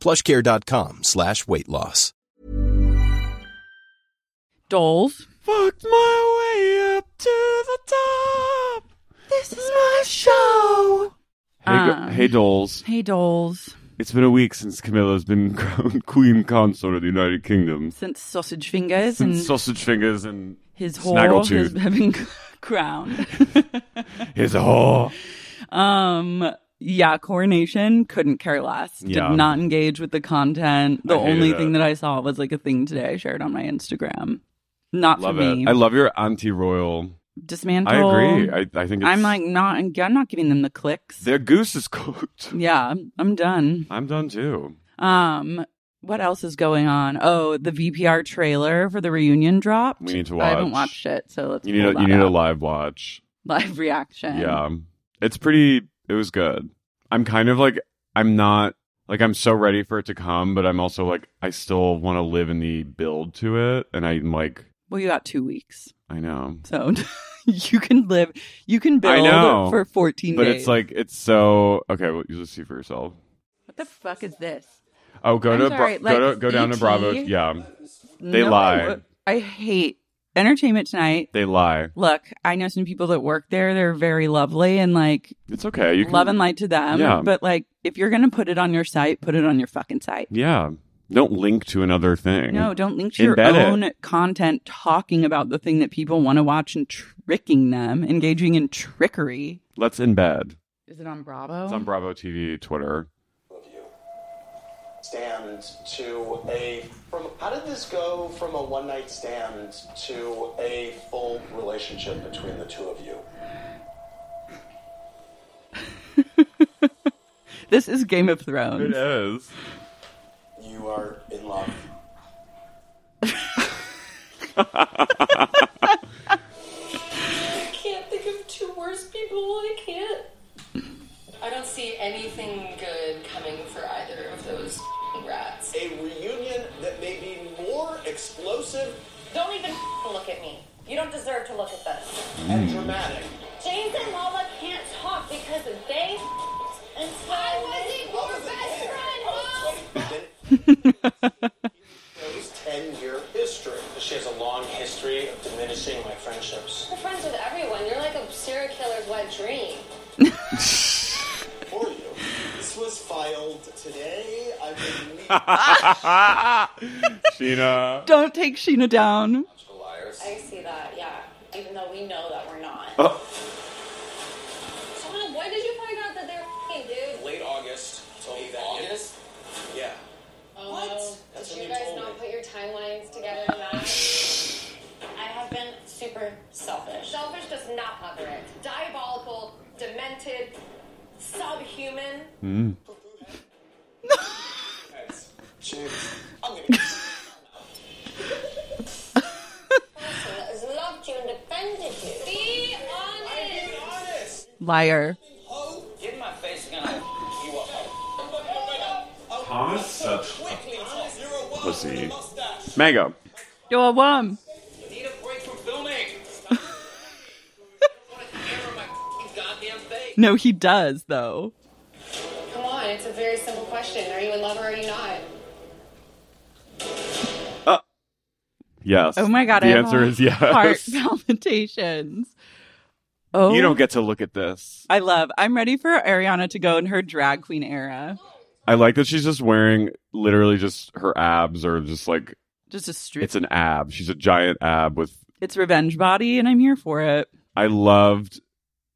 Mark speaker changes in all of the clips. Speaker 1: plushcare.com slash weight loss.
Speaker 2: Dolls.
Speaker 3: Fucked my way up to the top. This is my show.
Speaker 4: Hey, go-
Speaker 2: Um,
Speaker 4: hey, dolls.
Speaker 2: Hey, dolls.
Speaker 4: It's been a week since Camilla's been crowned Queen Consort of the United Kingdom.
Speaker 2: Since sausage fingers
Speaker 4: Since
Speaker 2: and
Speaker 4: sausage fingers and
Speaker 2: his whore has
Speaker 4: snaggletooth.
Speaker 2: been crowned.
Speaker 4: Here's a whore.
Speaker 2: um. Yeah, coronation couldn't care less.
Speaker 4: Yeah.
Speaker 2: Did not engage with the content. The
Speaker 4: I hated
Speaker 2: only
Speaker 4: it.
Speaker 2: thing that I saw was like a thing today I shared on my Instagram. Not
Speaker 4: Love
Speaker 2: for me.
Speaker 4: it. I love your anti-royal.
Speaker 2: Dismantle.
Speaker 4: I agree. I, I think it's,
Speaker 2: I'm like not. I'm not giving them the clicks.
Speaker 4: their goose is cooked.
Speaker 2: yeah, I'm- I'm done.
Speaker 4: I'm done too.
Speaker 2: Um, what else is going on? Oh, the VPR trailer for the reunion dropped.
Speaker 4: We need to
Speaker 2: I haven't
Speaker 4: watch.
Speaker 2: watched it, so let's.
Speaker 4: You need
Speaker 2: pull
Speaker 4: a, you
Speaker 2: that
Speaker 4: need a
Speaker 2: up.
Speaker 4: live watch.
Speaker 2: live reaction.
Speaker 4: Yeah, it's pretty. It was good. I'm kind of like I'm not like I'm so ready for it to come, but I'm also like I still want to live in the build to it, and I'm like
Speaker 2: Well, you got two weeks,
Speaker 4: I know,
Speaker 2: so you can live. You can
Speaker 4: I
Speaker 2: build
Speaker 4: know,
Speaker 2: for fourteen
Speaker 4: but
Speaker 2: days.
Speaker 4: it's like it's so okay. Well, you just see for yourself.
Speaker 2: what the fuck is this?
Speaker 4: Oh, go
Speaker 2: I'm
Speaker 4: to
Speaker 2: sorry,
Speaker 4: Bra- go
Speaker 2: like E
Speaker 4: to go down to
Speaker 2: ET?
Speaker 4: Bravo. Yeah, They
Speaker 2: No,
Speaker 4: lie.
Speaker 2: I hate Entertainment Tonight.
Speaker 4: they lie.
Speaker 2: Look, I know some people that work there. They're very lovely and like
Speaker 4: It's okay. You can,
Speaker 2: love and light to them.
Speaker 4: Yeah.
Speaker 2: But like, if you're gonna put it on your site, put it on your fucking site.
Speaker 4: Yeah, don't link to another thing.
Speaker 2: No, don't link to your
Speaker 4: Embed it.
Speaker 2: own content talking about the thing that people want to watch and tricking them, engaging in trickery.
Speaker 4: Let's embed.
Speaker 2: Is it on Bravo?
Speaker 4: It's on Bravo TV, Twitter.
Speaker 5: stand to a from how did this go from a one night stand to a full relationship between the two of you
Speaker 2: this is Game of
Speaker 4: It
Speaker 2: Thrones.
Speaker 4: is.
Speaker 5: you are in love
Speaker 6: I can't think of two worse people. I can't. I don't see anything good coming for either of those rats.
Speaker 5: a reunion that may be more explosive
Speaker 6: Don't even look at me. You don't deserve to look at this.
Speaker 5: and dramatic
Speaker 6: James and Lala can't talk because they. And Oh, I wasn't your best friend,
Speaker 5: Then it shows 10 year history she has a long history of diminishing my friendships
Speaker 6: You're friends with everyone. You're like a serial killer's wet dream.
Speaker 5: for you this was filed today i will meet
Speaker 4: Sheena.
Speaker 2: Don't take Sheena down.
Speaker 6: I see that, yeah. Even though we know that we're not.
Speaker 4: Oh.
Speaker 6: Sean, when did you find out that they're f***ing, dude?
Speaker 5: late august told me that august yeah
Speaker 6: Oh, what?
Speaker 5: That's
Speaker 6: Did
Speaker 5: what
Speaker 6: you
Speaker 5: you
Speaker 6: guys
Speaker 5: told
Speaker 6: not
Speaker 5: me.
Speaker 6: put your timelines together enough? I have been super selfish. Selfish does not bother it. Diabolical, demented, subhuman.
Speaker 5: James, i'm gonna
Speaker 6: Person that has loved you and defended you. Be honest.
Speaker 2: Liar.
Speaker 5: Get in my face again. You are.
Speaker 4: Thomas Sutcliffe.
Speaker 5: You're a
Speaker 4: pussy. Mango.
Speaker 2: You're a worm.
Speaker 5: Need a break from filming. want to hammer my f***ing goddamn face.
Speaker 2: No, he does though.
Speaker 6: Come on, it's a very simple question. Are you in love or are you not?
Speaker 4: Yes.
Speaker 2: Oh my god!
Speaker 4: The
Speaker 2: I have
Speaker 4: answer is yes.
Speaker 2: Heart palpitations. Oh,
Speaker 4: You don't get to look at this.
Speaker 2: I love. I'm ready for Ariana to go in her drag queen era.
Speaker 4: I like that she's just wearing literally just her abs or just like
Speaker 2: Just a strip.
Speaker 4: it's an ab. She's a giant ab with
Speaker 2: it's revenge body, and I'm here for it.
Speaker 4: I loved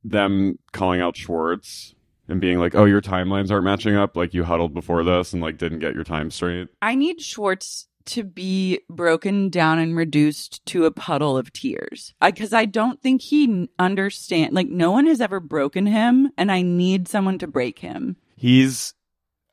Speaker 4: them calling out Schwartz and being like, "Oh, your timelines aren't matching up. Like you huddled before this and like didn't get your time straight."
Speaker 2: I need Schwartz to be broken down and reduced to a puddle of tears because I, don't think he n- understand. Like no one has ever broken him, and I need someone to break him.
Speaker 4: He's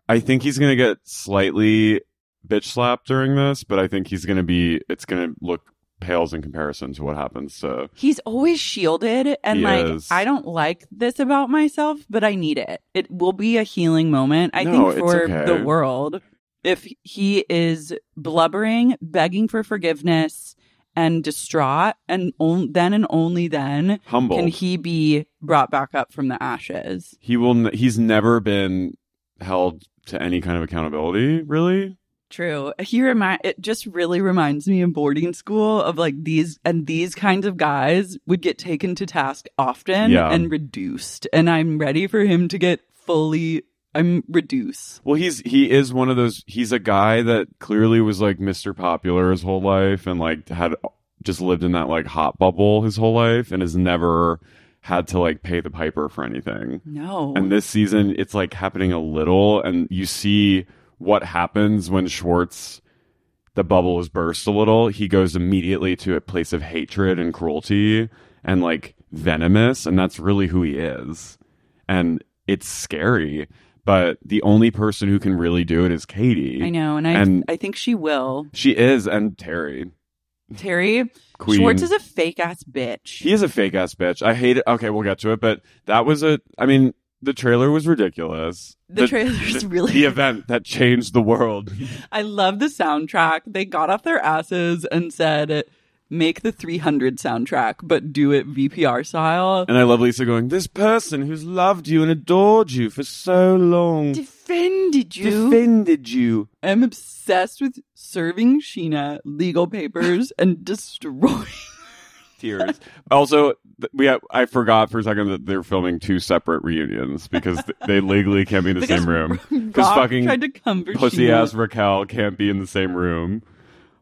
Speaker 4: I think he's going to get slightly bitch slapped during this, but I think he's going to be it's going to look pales in comparison to what happens to
Speaker 2: He's always shielded, and
Speaker 4: He
Speaker 2: like
Speaker 4: is.
Speaker 2: I don't like this about myself, but I need it. It will be a healing moment. I
Speaker 4: No,
Speaker 2: think
Speaker 4: it's
Speaker 2: for
Speaker 4: okay.
Speaker 2: the world, if he is blubbering, begging for forgiveness, and distraught, and on- then and only then
Speaker 4: humble.
Speaker 2: Can he be brought back up from the ashes?
Speaker 4: he will n- he's never been held to any kind of accountability, really?
Speaker 2: True. He remind it just really reminds me of boarding school of like these and these kinds of guys would get taken to task often
Speaker 4: Yeah.
Speaker 2: and reduced. And I'm ready for him to get fully I'm reduced.
Speaker 4: Well, he's he is one of those. He's a guy that clearly was like Mr. Popular his whole life, and like had just lived in that like hot bubble his whole life, and has never had to like pay the piper for anything.
Speaker 2: No.
Speaker 4: And this season, it's like happening a little, and you see what happens when Schwartz, the bubble is burst a little. He goes immediately to a place of hatred and cruelty and like venomous, and that's really who he is. And it's scary, but the only person who can really do it is Katie.
Speaker 2: I know, and I
Speaker 4: and-
Speaker 2: I think she will.
Speaker 4: She is, and Terry.
Speaker 2: Terry
Speaker 4: Queen.
Speaker 2: Schwartz is a fake ass bitch.
Speaker 4: He is a fake ass bitch. I hate it. Okay, we'll get to it, but that was a. I mean, the trailer was ridiculous.
Speaker 2: The trailer's
Speaker 4: the-
Speaker 2: really-
Speaker 4: the event that changed the world.
Speaker 2: I love the soundtrack. They got off their asses and said, make the 300 soundtrack, but do it VPR style.
Speaker 4: And I love Lisa going, This person who's loved you and adored you for so long
Speaker 2: Defended you.
Speaker 4: defended you.
Speaker 2: I'm obsessed with serving Sheena legal papers and destroying.
Speaker 4: Tears. also, th- we have, I forgot for a second that they're filming two separate reunions because th- they legally can't be in the
Speaker 2: Because
Speaker 4: same room.
Speaker 2: Rob
Speaker 4: fucking
Speaker 2: tried to come for
Speaker 4: pussy
Speaker 2: Sheena.
Speaker 4: ass Raquel can't be in the same room.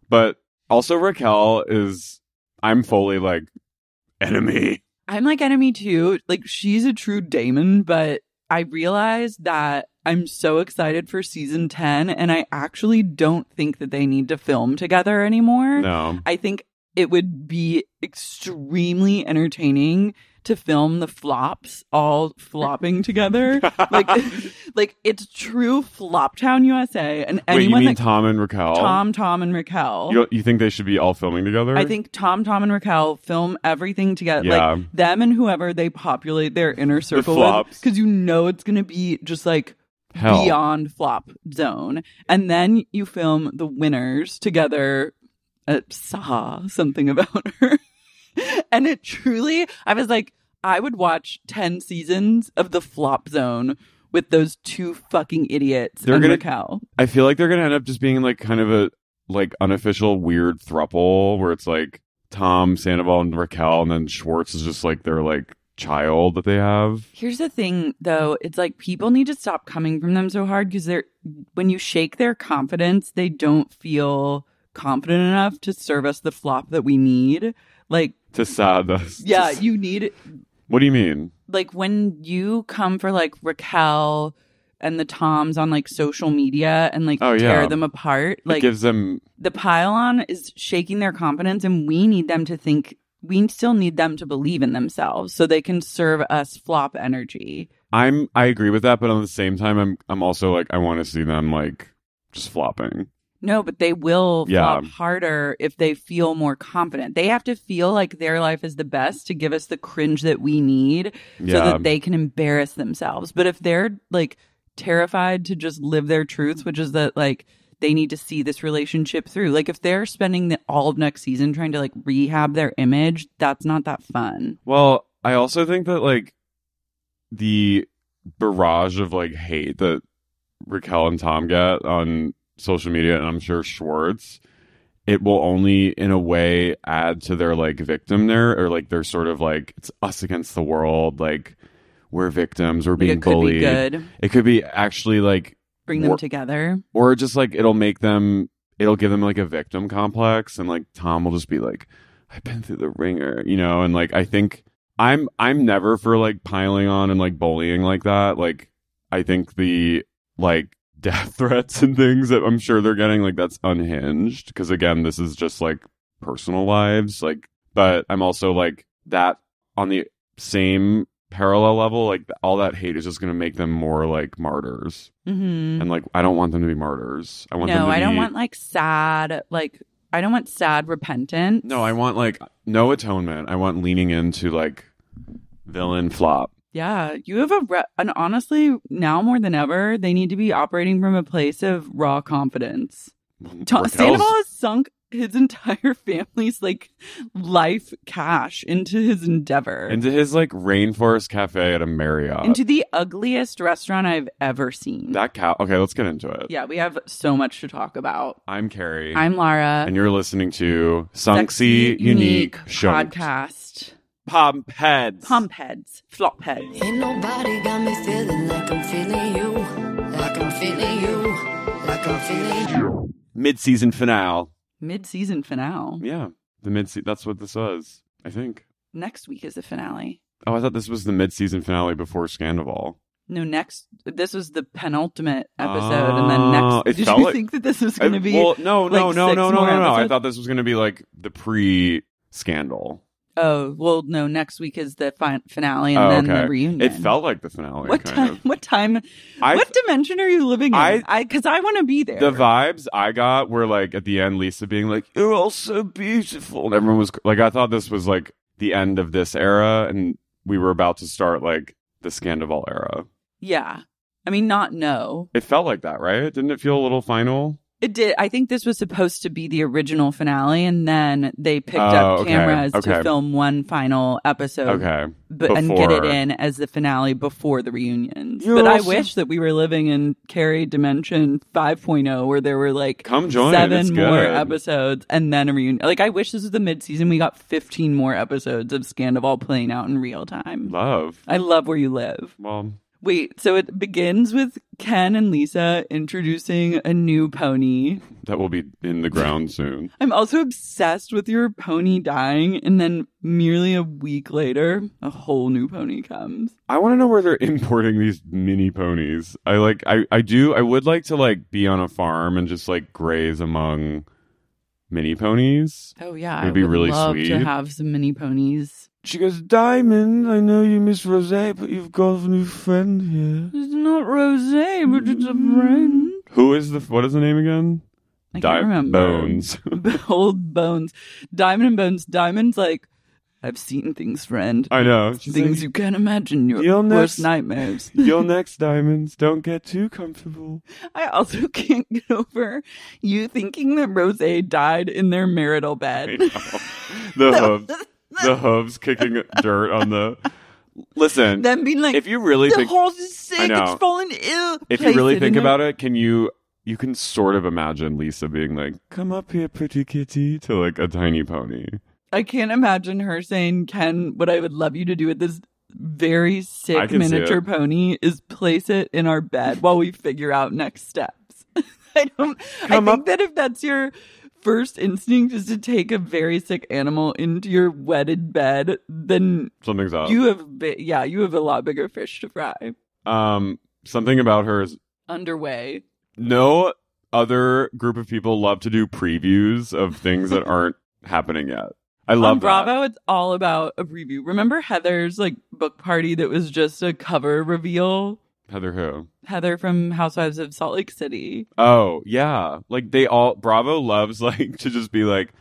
Speaker 4: But also, Raquel is, I'm fully like, enemy.
Speaker 2: I'm like enemy too. Like she's a true Damon, but I realized that I'm so excited for season 10 and I actually don't think that they need to film together anymore.
Speaker 4: No.
Speaker 2: I think it would be extremely entertaining to film the flops all flopping together. like like it's true Floptown USA and
Speaker 4: Wait, you
Speaker 2: anyone
Speaker 4: mean
Speaker 2: that
Speaker 4: Tom and Raquel?
Speaker 2: Tom Tom and Raquel.
Speaker 4: You, don't- you think they should be all filming together?
Speaker 2: I think Tom Tom and Raquel film everything together.
Speaker 4: Yeah.
Speaker 2: Like them and whoever they populate their inner circle
Speaker 4: flops.
Speaker 2: with cuz you know it's going to be just like
Speaker 4: Hell.
Speaker 2: beyond flop zone. And then you film the winners together at Saw, something about her. and it truly, I was like, I would watch 10 seasons of the flop zone with those two fucking idiots.
Speaker 4: They're
Speaker 2: and
Speaker 4: gonna-
Speaker 2: Raquel.
Speaker 4: I feel like they're gonna end up just being like kind of a like unofficial weird thruple where it's like Tom Sandoval and Raquel, and then Schwartz is just like their like child that they have.
Speaker 2: Here's the thing, though. It's like people need to stop coming from them so hard because they're when you shake their confidence, they don't feel confident enough to serve us the flop that we need. Like,
Speaker 4: To sad us.
Speaker 2: yeah, you need
Speaker 4: What do you mean?
Speaker 2: like when you come for like Raquel and the Toms on like social media and like
Speaker 4: Oh, yeah.
Speaker 2: tear them apart,
Speaker 4: it
Speaker 2: like
Speaker 4: gives them
Speaker 2: the pylon is shaking their confidence, and we need them to think. We still need them to believe in themselves so they can serve us flop energy.
Speaker 4: I'm I agree with that, but on the same time I'm I'm also like I wanna see them like just flopping.
Speaker 2: No, but they will
Speaker 4: Yeah.
Speaker 2: flop harder if they feel more confident. They have to feel like their life is the best to give us the cringe that we need so
Speaker 4: Yeah.
Speaker 2: that they can embarrass themselves. But if they're like terrified to just live their truths, which is that like they need to see this relationship through. Like if they're spending the, all of next season trying to like rehab their image, that's not that fun.
Speaker 4: Well, I also think that like the barrage of like hate that Raquel and Tom get on social media, and I'm sure Schwartz, it will only in a way add to their like victim there, or like they're sort of like it's us against the world, like we're victims, we're
Speaker 2: Like,
Speaker 4: being
Speaker 2: it could
Speaker 4: bullied.
Speaker 2: be good.
Speaker 4: It could be actually like
Speaker 2: Bring them
Speaker 4: Wor-
Speaker 2: together.
Speaker 4: or just like it'll make them it'll give them like a victim complex and like tom will just be like i've been through the ringer you know and like i think i'm i'm never for like piling on and like bullying like that like i think the like death threats and things that i'm sure they're getting like that's unhinged because again this is just like personal lives like but i'm also like that on the same parallel level like all that hate is just going to make them more like martyrs
Speaker 2: Mm-hmm.
Speaker 4: and like I don't want them to be martyrs. I want them
Speaker 2: No,
Speaker 4: to
Speaker 2: I don't
Speaker 4: be-
Speaker 2: want like sad, like, I don't want sad repentance.
Speaker 4: No, I want like no atonement. I want leaning into like villain flop.
Speaker 2: Yeah, you have a re- and honestly, now more than ever, they need to be operating from a place of raw confidence. Ta-
Speaker 4: Raquel's-
Speaker 2: Sandoval has sunk his entire family's like life cash into his endeavor.
Speaker 4: into his like rainforest cafe at a Marriott.
Speaker 2: into the ugliest restaurant I've ever seen.
Speaker 4: uh, that cow. Okay, let's get into it.
Speaker 2: yeah, we have so much to talk about.
Speaker 4: I'm Carrie,
Speaker 2: I'm Lara.
Speaker 4: and you're listening to Sunksy Unique, Shunk.
Speaker 2: podcast.
Speaker 4: Pump heads.
Speaker 2: Pump heads, flop heads.
Speaker 7: Ain't nobody got me feeling like I'm feeling you, like I'm feeling you, like I'm feeling you.
Speaker 4: Mid-season finale.
Speaker 2: Mid-season finale.
Speaker 4: Yeah, the mid. That's what this was. I think.
Speaker 2: Next week is the finale.
Speaker 4: Oh, I thought this was the mid-season finale before Scandival.
Speaker 2: No, next. This was the penultimate episode, and then
Speaker 4: Oh, it
Speaker 2: next. Did
Speaker 4: felt
Speaker 2: you
Speaker 4: like-
Speaker 2: think that this was
Speaker 4: I-
Speaker 2: going to be?
Speaker 4: well, no, no,
Speaker 2: like,
Speaker 4: no,
Speaker 2: six
Speaker 4: no, no,
Speaker 2: more
Speaker 4: no, no. I
Speaker 2: episodes?
Speaker 4: thought this was going to be like the pre scandal.
Speaker 2: oh well, no. Next week is the fi- finale, and
Speaker 4: oh,
Speaker 2: then
Speaker 4: okay.
Speaker 2: the reunion.
Speaker 4: It felt like the finale.
Speaker 2: What
Speaker 4: kind
Speaker 2: time?
Speaker 4: Of.
Speaker 2: What time?
Speaker 4: I-
Speaker 2: what dimension are you living in?
Speaker 4: I-
Speaker 2: I because I, want to be there.
Speaker 4: The vibes I got were like at the end, Lisa being like, "You're all so beautiful," and everyone was like, "I thought this was like the end of this era, and we were about to start like the Scandival era."
Speaker 2: yeah, I mean, not no.
Speaker 4: It felt like that, right? Didn't it feel a little final?
Speaker 2: It did. I think this was supposed to be the original finale, and then they picked
Speaker 4: Oh,
Speaker 2: up
Speaker 4: okay,
Speaker 2: cameras
Speaker 4: okay.
Speaker 2: to film one final episode.
Speaker 4: okay,
Speaker 2: but and get it
Speaker 4: Before-
Speaker 2: in as the finale before the reunions.
Speaker 4: You're
Speaker 2: but I
Speaker 4: also-
Speaker 2: wish that we were living in Carrie Dimension 5.0 where there were like
Speaker 4: Come join,
Speaker 2: seven
Speaker 4: it's
Speaker 2: more
Speaker 4: good.
Speaker 2: episodes and then a reunion. Like I wish this was the mid-season we got 15 more episodes of Scandival playing out in real time.
Speaker 4: love.
Speaker 2: I love where you live.
Speaker 4: Well,
Speaker 2: Wait, so it begins with Ken and Lisa introducing a new pony.
Speaker 4: that will be in the ground soon.
Speaker 2: I'm also obsessed with your pony dying, and then merely a week later, a whole new pony comes.
Speaker 4: I want to know where they're importing these mini ponies. I like I I do I would like to like be on a farm and just like graze among mini ponies.
Speaker 2: Oh yeah,
Speaker 4: It would be really
Speaker 2: love
Speaker 4: sweet.
Speaker 2: to have some mini ponies.
Speaker 4: She goes, "Diamond, I know you miss Rosé, but you've got a new friend here."
Speaker 2: It's not rosé, but it's a friend.
Speaker 4: Who is the what is the name again?
Speaker 2: I can't
Speaker 4: Di-
Speaker 2: remember.
Speaker 4: Bones.
Speaker 2: Old bones, diamond and bones. Diamond's like, I've seen things, friend.
Speaker 4: I know. Uh, She's
Speaker 2: Things
Speaker 4: like,
Speaker 2: you can't imagine. Your
Speaker 4: You'll
Speaker 2: worst
Speaker 4: never-
Speaker 2: nightmares.
Speaker 4: You'll next diamonds. Don't get too comfortable.
Speaker 2: I also can't get over you thinking that Rosé died in their marital
Speaker 4: I
Speaker 2: bed.
Speaker 4: know. The hooves, the hooves kicking dirt on the. Listen,
Speaker 2: Then being like,
Speaker 4: if you really
Speaker 2: the
Speaker 4: think
Speaker 2: horse is sick.
Speaker 4: know.
Speaker 2: It's fallen ill.
Speaker 4: if you really think about it, can you you can sort of imagine Lisa being like, "Come up here, pretty kitty," to like a tiny pony.
Speaker 2: I can't imagine her saying, Ken, what I would love you to do with this very
Speaker 4: I
Speaker 2: sick
Speaker 4: can see
Speaker 2: miniature
Speaker 4: it.
Speaker 2: pony is place it in our bed while we figure out next steps. I don't
Speaker 4: Come
Speaker 2: I
Speaker 4: up-
Speaker 2: think that if that's your first instinct is to take a very sick animal into your wedded bed, then
Speaker 4: Something's up.
Speaker 2: you have bi- yeah, you have a lot bigger fish to fry.
Speaker 4: um, something about her is
Speaker 2: Underway.
Speaker 4: no other group of people love to do previews of things that aren't happening yet. I love
Speaker 2: on Bravo, it's all about a preview. Remember Heather's like book party that was just a cover reveal?
Speaker 4: that. Heather who?
Speaker 2: Heather from Housewives of Salt Lake City.
Speaker 4: Oh yeah, like they all Bravo loves like to just be like,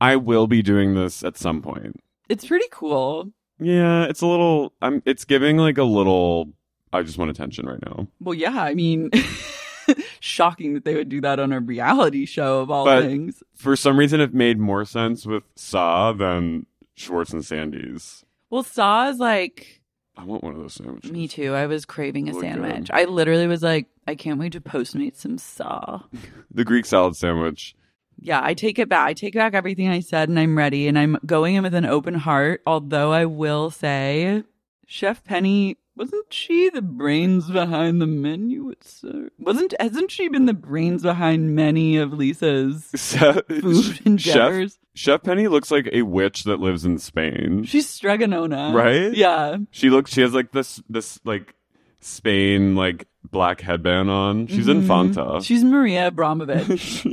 Speaker 4: "I will be doing this at some point."
Speaker 2: It's pretty cool.
Speaker 4: Yeah, it's a little. I'm. It's giving like a little. I just want attention right now.
Speaker 2: Well, yeah, I mean, shocking that they would do that on a reality show of all
Speaker 4: But-
Speaker 2: things.
Speaker 4: For some reason, it made more sense with Saw than Schwartz and Sandy's.
Speaker 2: Well, Saw is like
Speaker 4: I want one of those sandwiches.
Speaker 2: me too. I was craving a
Speaker 4: Look
Speaker 2: sandwich.
Speaker 4: good.
Speaker 2: I literally was like, I can't wait to postmate some Saw.
Speaker 4: The Greek salad sandwich.
Speaker 2: Yeah, I take it back. I take back everything I said and I'm ready and I'm going in with an open heart. Although I will say, Chef Penny, wasn't she the brains behind the menu? at Sir- Wasn't hasn't she been the brains behind many of Lisa's
Speaker 4: Chef,
Speaker 2: food endeavors?
Speaker 4: Chef Penny looks like a witch that lives in Spain.
Speaker 2: She's Streganona.
Speaker 4: Right?
Speaker 2: Yeah.
Speaker 4: She looks. She has like this this like Spain like black headband on. She's Infanta.
Speaker 2: She's Maria Abramovich.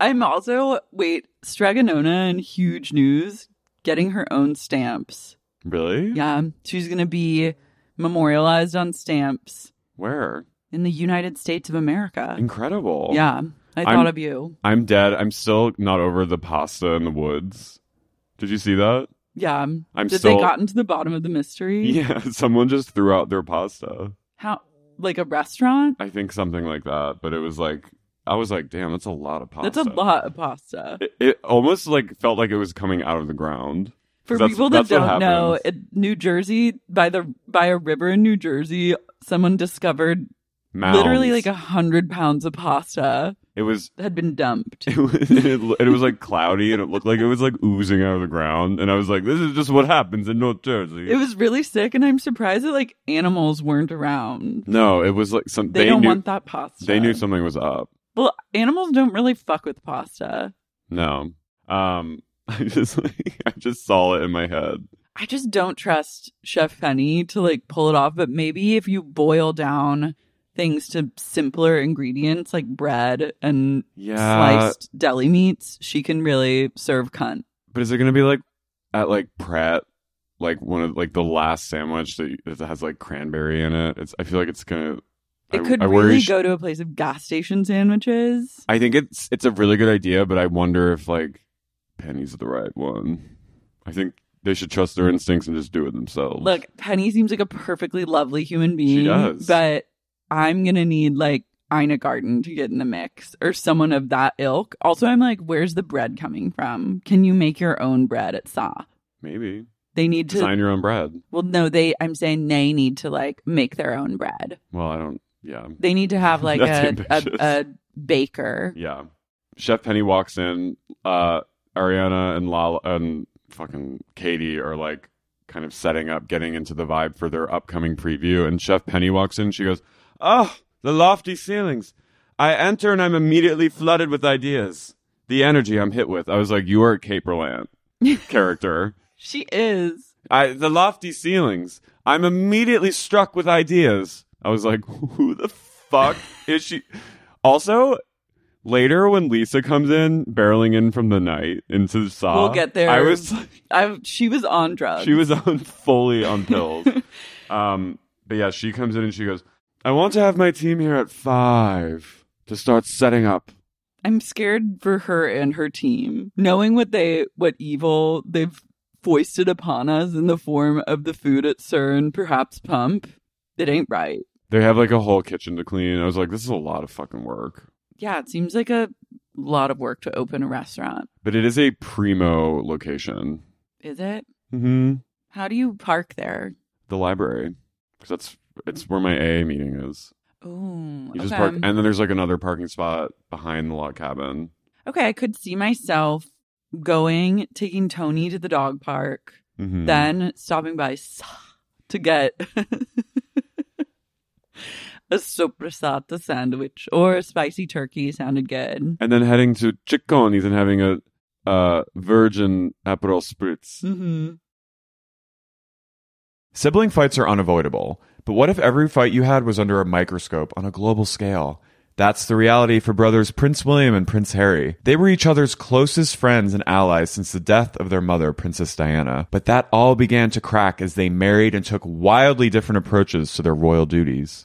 Speaker 2: I'm also, wait, Streganona in huge news getting her own stamps.
Speaker 4: really?
Speaker 2: Yeah. She's going to be memorialized on stamps
Speaker 4: Where?
Speaker 2: in the United States of America.
Speaker 4: Incredible.
Speaker 2: Yeah. I thought
Speaker 4: I'm-
Speaker 2: of you.
Speaker 4: I'm dead. I'm still not over the pasta in the woods. Did you see that?
Speaker 2: Yeah.
Speaker 4: I'm
Speaker 2: Did
Speaker 4: still-
Speaker 2: they gotten to the bottom of the mystery?
Speaker 4: Yeah, someone just threw out their pasta.
Speaker 2: How, like a restaurant?
Speaker 4: I think something like that, but it was like I was like, damn, that's a lot of pasta.
Speaker 2: That's a lot of pasta.
Speaker 4: It, it almost like felt like it was coming out of the ground.
Speaker 2: For
Speaker 4: That's-
Speaker 2: people that
Speaker 4: that's what
Speaker 2: don't know,
Speaker 4: happens.
Speaker 2: in New Jersey by the by a river in New Jersey, someone discovered
Speaker 4: Mounds.
Speaker 2: literally like a hundred pounds of pasta
Speaker 4: it was
Speaker 2: had been dumped.
Speaker 4: it was, it, lo- it was like cloudy and it looked like it was like oozing out of the ground and i was like this is just what happens in north jersey
Speaker 2: It was really sick, and I'm surprised that like animals weren't around.
Speaker 4: no it was like some
Speaker 2: They,
Speaker 4: they,
Speaker 2: don't
Speaker 4: knew
Speaker 2: want that pasta.
Speaker 4: they knew something was up
Speaker 2: Well, animals don't really fuck with pasta.
Speaker 4: no um i just like i just saw it in my head
Speaker 2: I just don't trust Chef Penny to like pull it off. But maybe if you boil down things to simpler ingredients like bread and
Speaker 4: Yeah.
Speaker 2: sliced deli meats, she can really serve cunt.
Speaker 4: but is it gonna be like at like pratt like one of like the last sandwich that, that has like cranberry in it it's i feel like it's gonna
Speaker 2: It
Speaker 4: I-
Speaker 2: could
Speaker 4: I worry
Speaker 2: really
Speaker 4: sh-
Speaker 2: go to a place of gas station sandwiches.
Speaker 4: I think it's it's a really good idea, but I wonder if like Penny's the right one. I think they should trust their instincts and just do it themselves.
Speaker 2: Look, Penny seems like a perfectly lovely human being.
Speaker 4: does.
Speaker 2: But I'm going to need like Ina Garten to get in the mix or someone of that ilk. Also, I'm like, where's the bread coming from? Can you make your own bread at Saw?
Speaker 4: maybe
Speaker 2: They need to.
Speaker 4: design your own bread.
Speaker 2: Well, no, they, I'm saying they need to like make their own bread.
Speaker 4: Well, I don't. Yeah,
Speaker 2: They need to have like a,
Speaker 4: That's
Speaker 2: a,
Speaker 4: ambitious.
Speaker 2: a baker.
Speaker 4: yeah. Chef Penny walks in. Uh, Ariana and Lala and fucking Katie are like kind of setting up, getting into the vibe for their upcoming preview. And Chef Penny walks in. She goes, "Oh, the lofty ceilings." I enter and I'm immediately flooded with ideas. The energy I'm hit with. I was like, "You are a Caperland character."
Speaker 2: She is.
Speaker 4: I the lofty ceilings. I'm immediately struck with ideas. I was like, who the fuck is she? Also, later when Lisa comes in, barreling in from the night into the saw,
Speaker 2: we'll get there.
Speaker 4: I was, like-
Speaker 2: I, she was on drugs.
Speaker 4: she was on fully on pills. um, but yeah, she comes in and she goes, I want to have my team here at five to start setting up.
Speaker 2: I'm scared for her and her team, knowing what they what evil they've foisted upon us in the form of the food at CERN, perhaps pump. It ain't right.
Speaker 4: They have like a whole kitchen to clean. I was like, this is a lot of fucking work.
Speaker 2: Yeah, it seems like a lot of work to open a restaurant.
Speaker 4: But it is a primo location.
Speaker 2: Is it?
Speaker 4: hmm
Speaker 2: How do you park there?
Speaker 4: the library because that's it's where my AA meeting is.
Speaker 2: Oh,
Speaker 4: You
Speaker 2: okay.
Speaker 4: just park, and then there's like another parking spot behind the log cabin.
Speaker 2: okay, I could see myself going, taking Tony to the dog park,
Speaker 4: Mm-hmm.
Speaker 2: then stopping by Sa- to get a soprasata sandwich or a spicy turkey sounded good.
Speaker 4: and then heading to Chicconi's and having a uh, virgin aperol spritz.
Speaker 2: Mm-hmm.
Speaker 8: Sibling fights are unavoidable, but what if every fight you had was under a microscope on a global scale? That's the reality for brothers Prince William and Prince Harry. They were each other's closest friends and allies since the death of their mother, Princess Diana, but that all began to crack as they married and took wildly different approaches to their royal duties.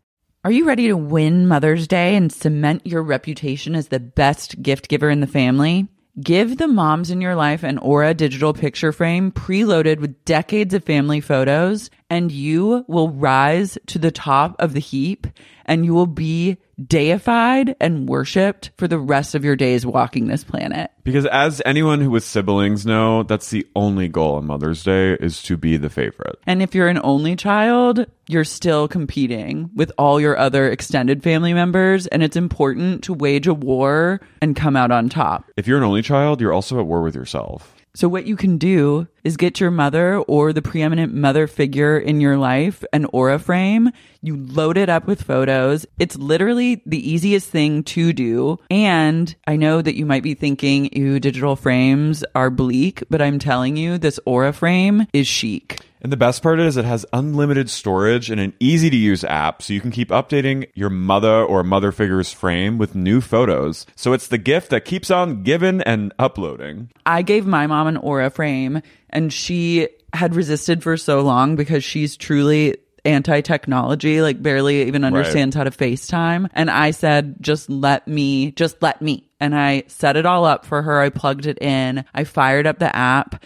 Speaker 2: Are you ready to win Mother's Day and cement your reputation as the best gift giver in the family? Give the moms in your life an Aura digital picture frame preloaded with decades of family photos, and you will rise to the top of the heap and you will be deified and worshiped for the rest of your days walking this planet.
Speaker 4: Because as anyone who with siblings know, that's the only goal on Mother's Day is to be the favorite.
Speaker 2: And if you're an only child, you're still competing with all your other extended family members, and it's important to wage a war and come out on top.
Speaker 4: If you're an only child, you're also at war with yourself.
Speaker 2: So, what you can do is get your mother or the preeminent mother figure in your life an aura frame. You load it up with photos. It's literally the easiest thing to do. And I know that you might be thinking, ew, digital frames are bleak, but I'm telling you, this aura frame is chic.
Speaker 4: And the best part is it has unlimited storage and an easy to use app so you can keep updating your mother or mother figure's frame with new photos. So it's the gift that keeps on giving and uploading.
Speaker 2: I gave my mom an aura frame and she had resisted for so long because she's truly anti technology, like barely even understands how to FaceTime. And I said, just let me, just let me. And I set it all up for her. I plugged it in. I fired up the app.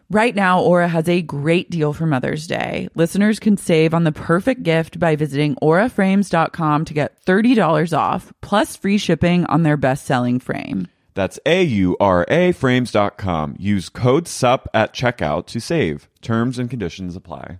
Speaker 2: Right now, Aura has a great deal for Mother's Day. Listeners can save on the perfect gift by visiting auraframes.com to get $30 off, plus free shipping on their best selling frame.
Speaker 4: That's A U R A frames.com. Use code SUP at checkout to save. Terms and conditions apply.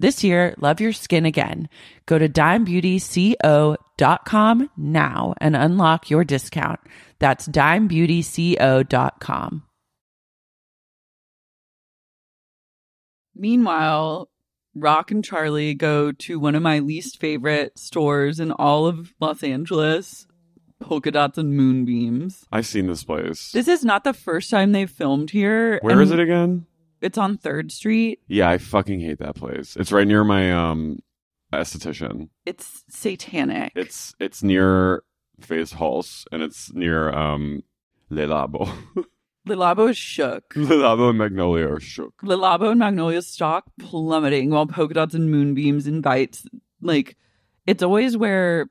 Speaker 9: This year, love your skin again. Go to dimebeautyco.com now and unlock your discount. That's dimebeautyco.com.
Speaker 2: Meanwhile, Rock and Charlie go to one of my least favorite stores in all of Los Angeles, Polka Dots and Moonbeams.
Speaker 4: I've seen this place.
Speaker 2: This is not the first time they've filmed here.
Speaker 4: Where is it again?
Speaker 2: It's on 3rd Street.
Speaker 4: Yeah, I fucking hate that place. It's right near my um esthetician.
Speaker 2: It's satanic.
Speaker 4: It's it's near Face Halls and it's near um Le Labo.
Speaker 2: Lilabo is shook.
Speaker 4: Le Labo and Magnolia are shook.
Speaker 2: Lilabo and Magnolia's stock plummeting while polka dots and moonbeams invites like it's always where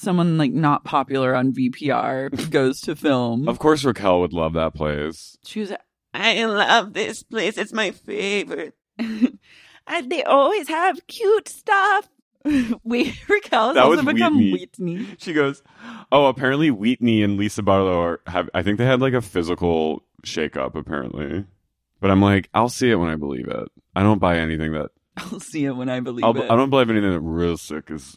Speaker 2: someone like not popular on VPR goes to film.
Speaker 4: Of course Raquel would love that place.
Speaker 2: She was
Speaker 10: I love this place. It's my favorite. and they always have cute stuff.
Speaker 2: we Raquel has
Speaker 4: That
Speaker 2: also
Speaker 4: was
Speaker 2: become
Speaker 4: Wheatney.
Speaker 2: Wheatney.
Speaker 4: She goes, "Oh, apparently Wheatney and Lisa Barlow are have. I think they had like a physical shakeup, apparently." But I'm like, I'll see it when I believe it. I don't buy anything that
Speaker 2: I'll see it when I believe
Speaker 4: I'll,
Speaker 2: it.
Speaker 4: I don't believe anything that real sick is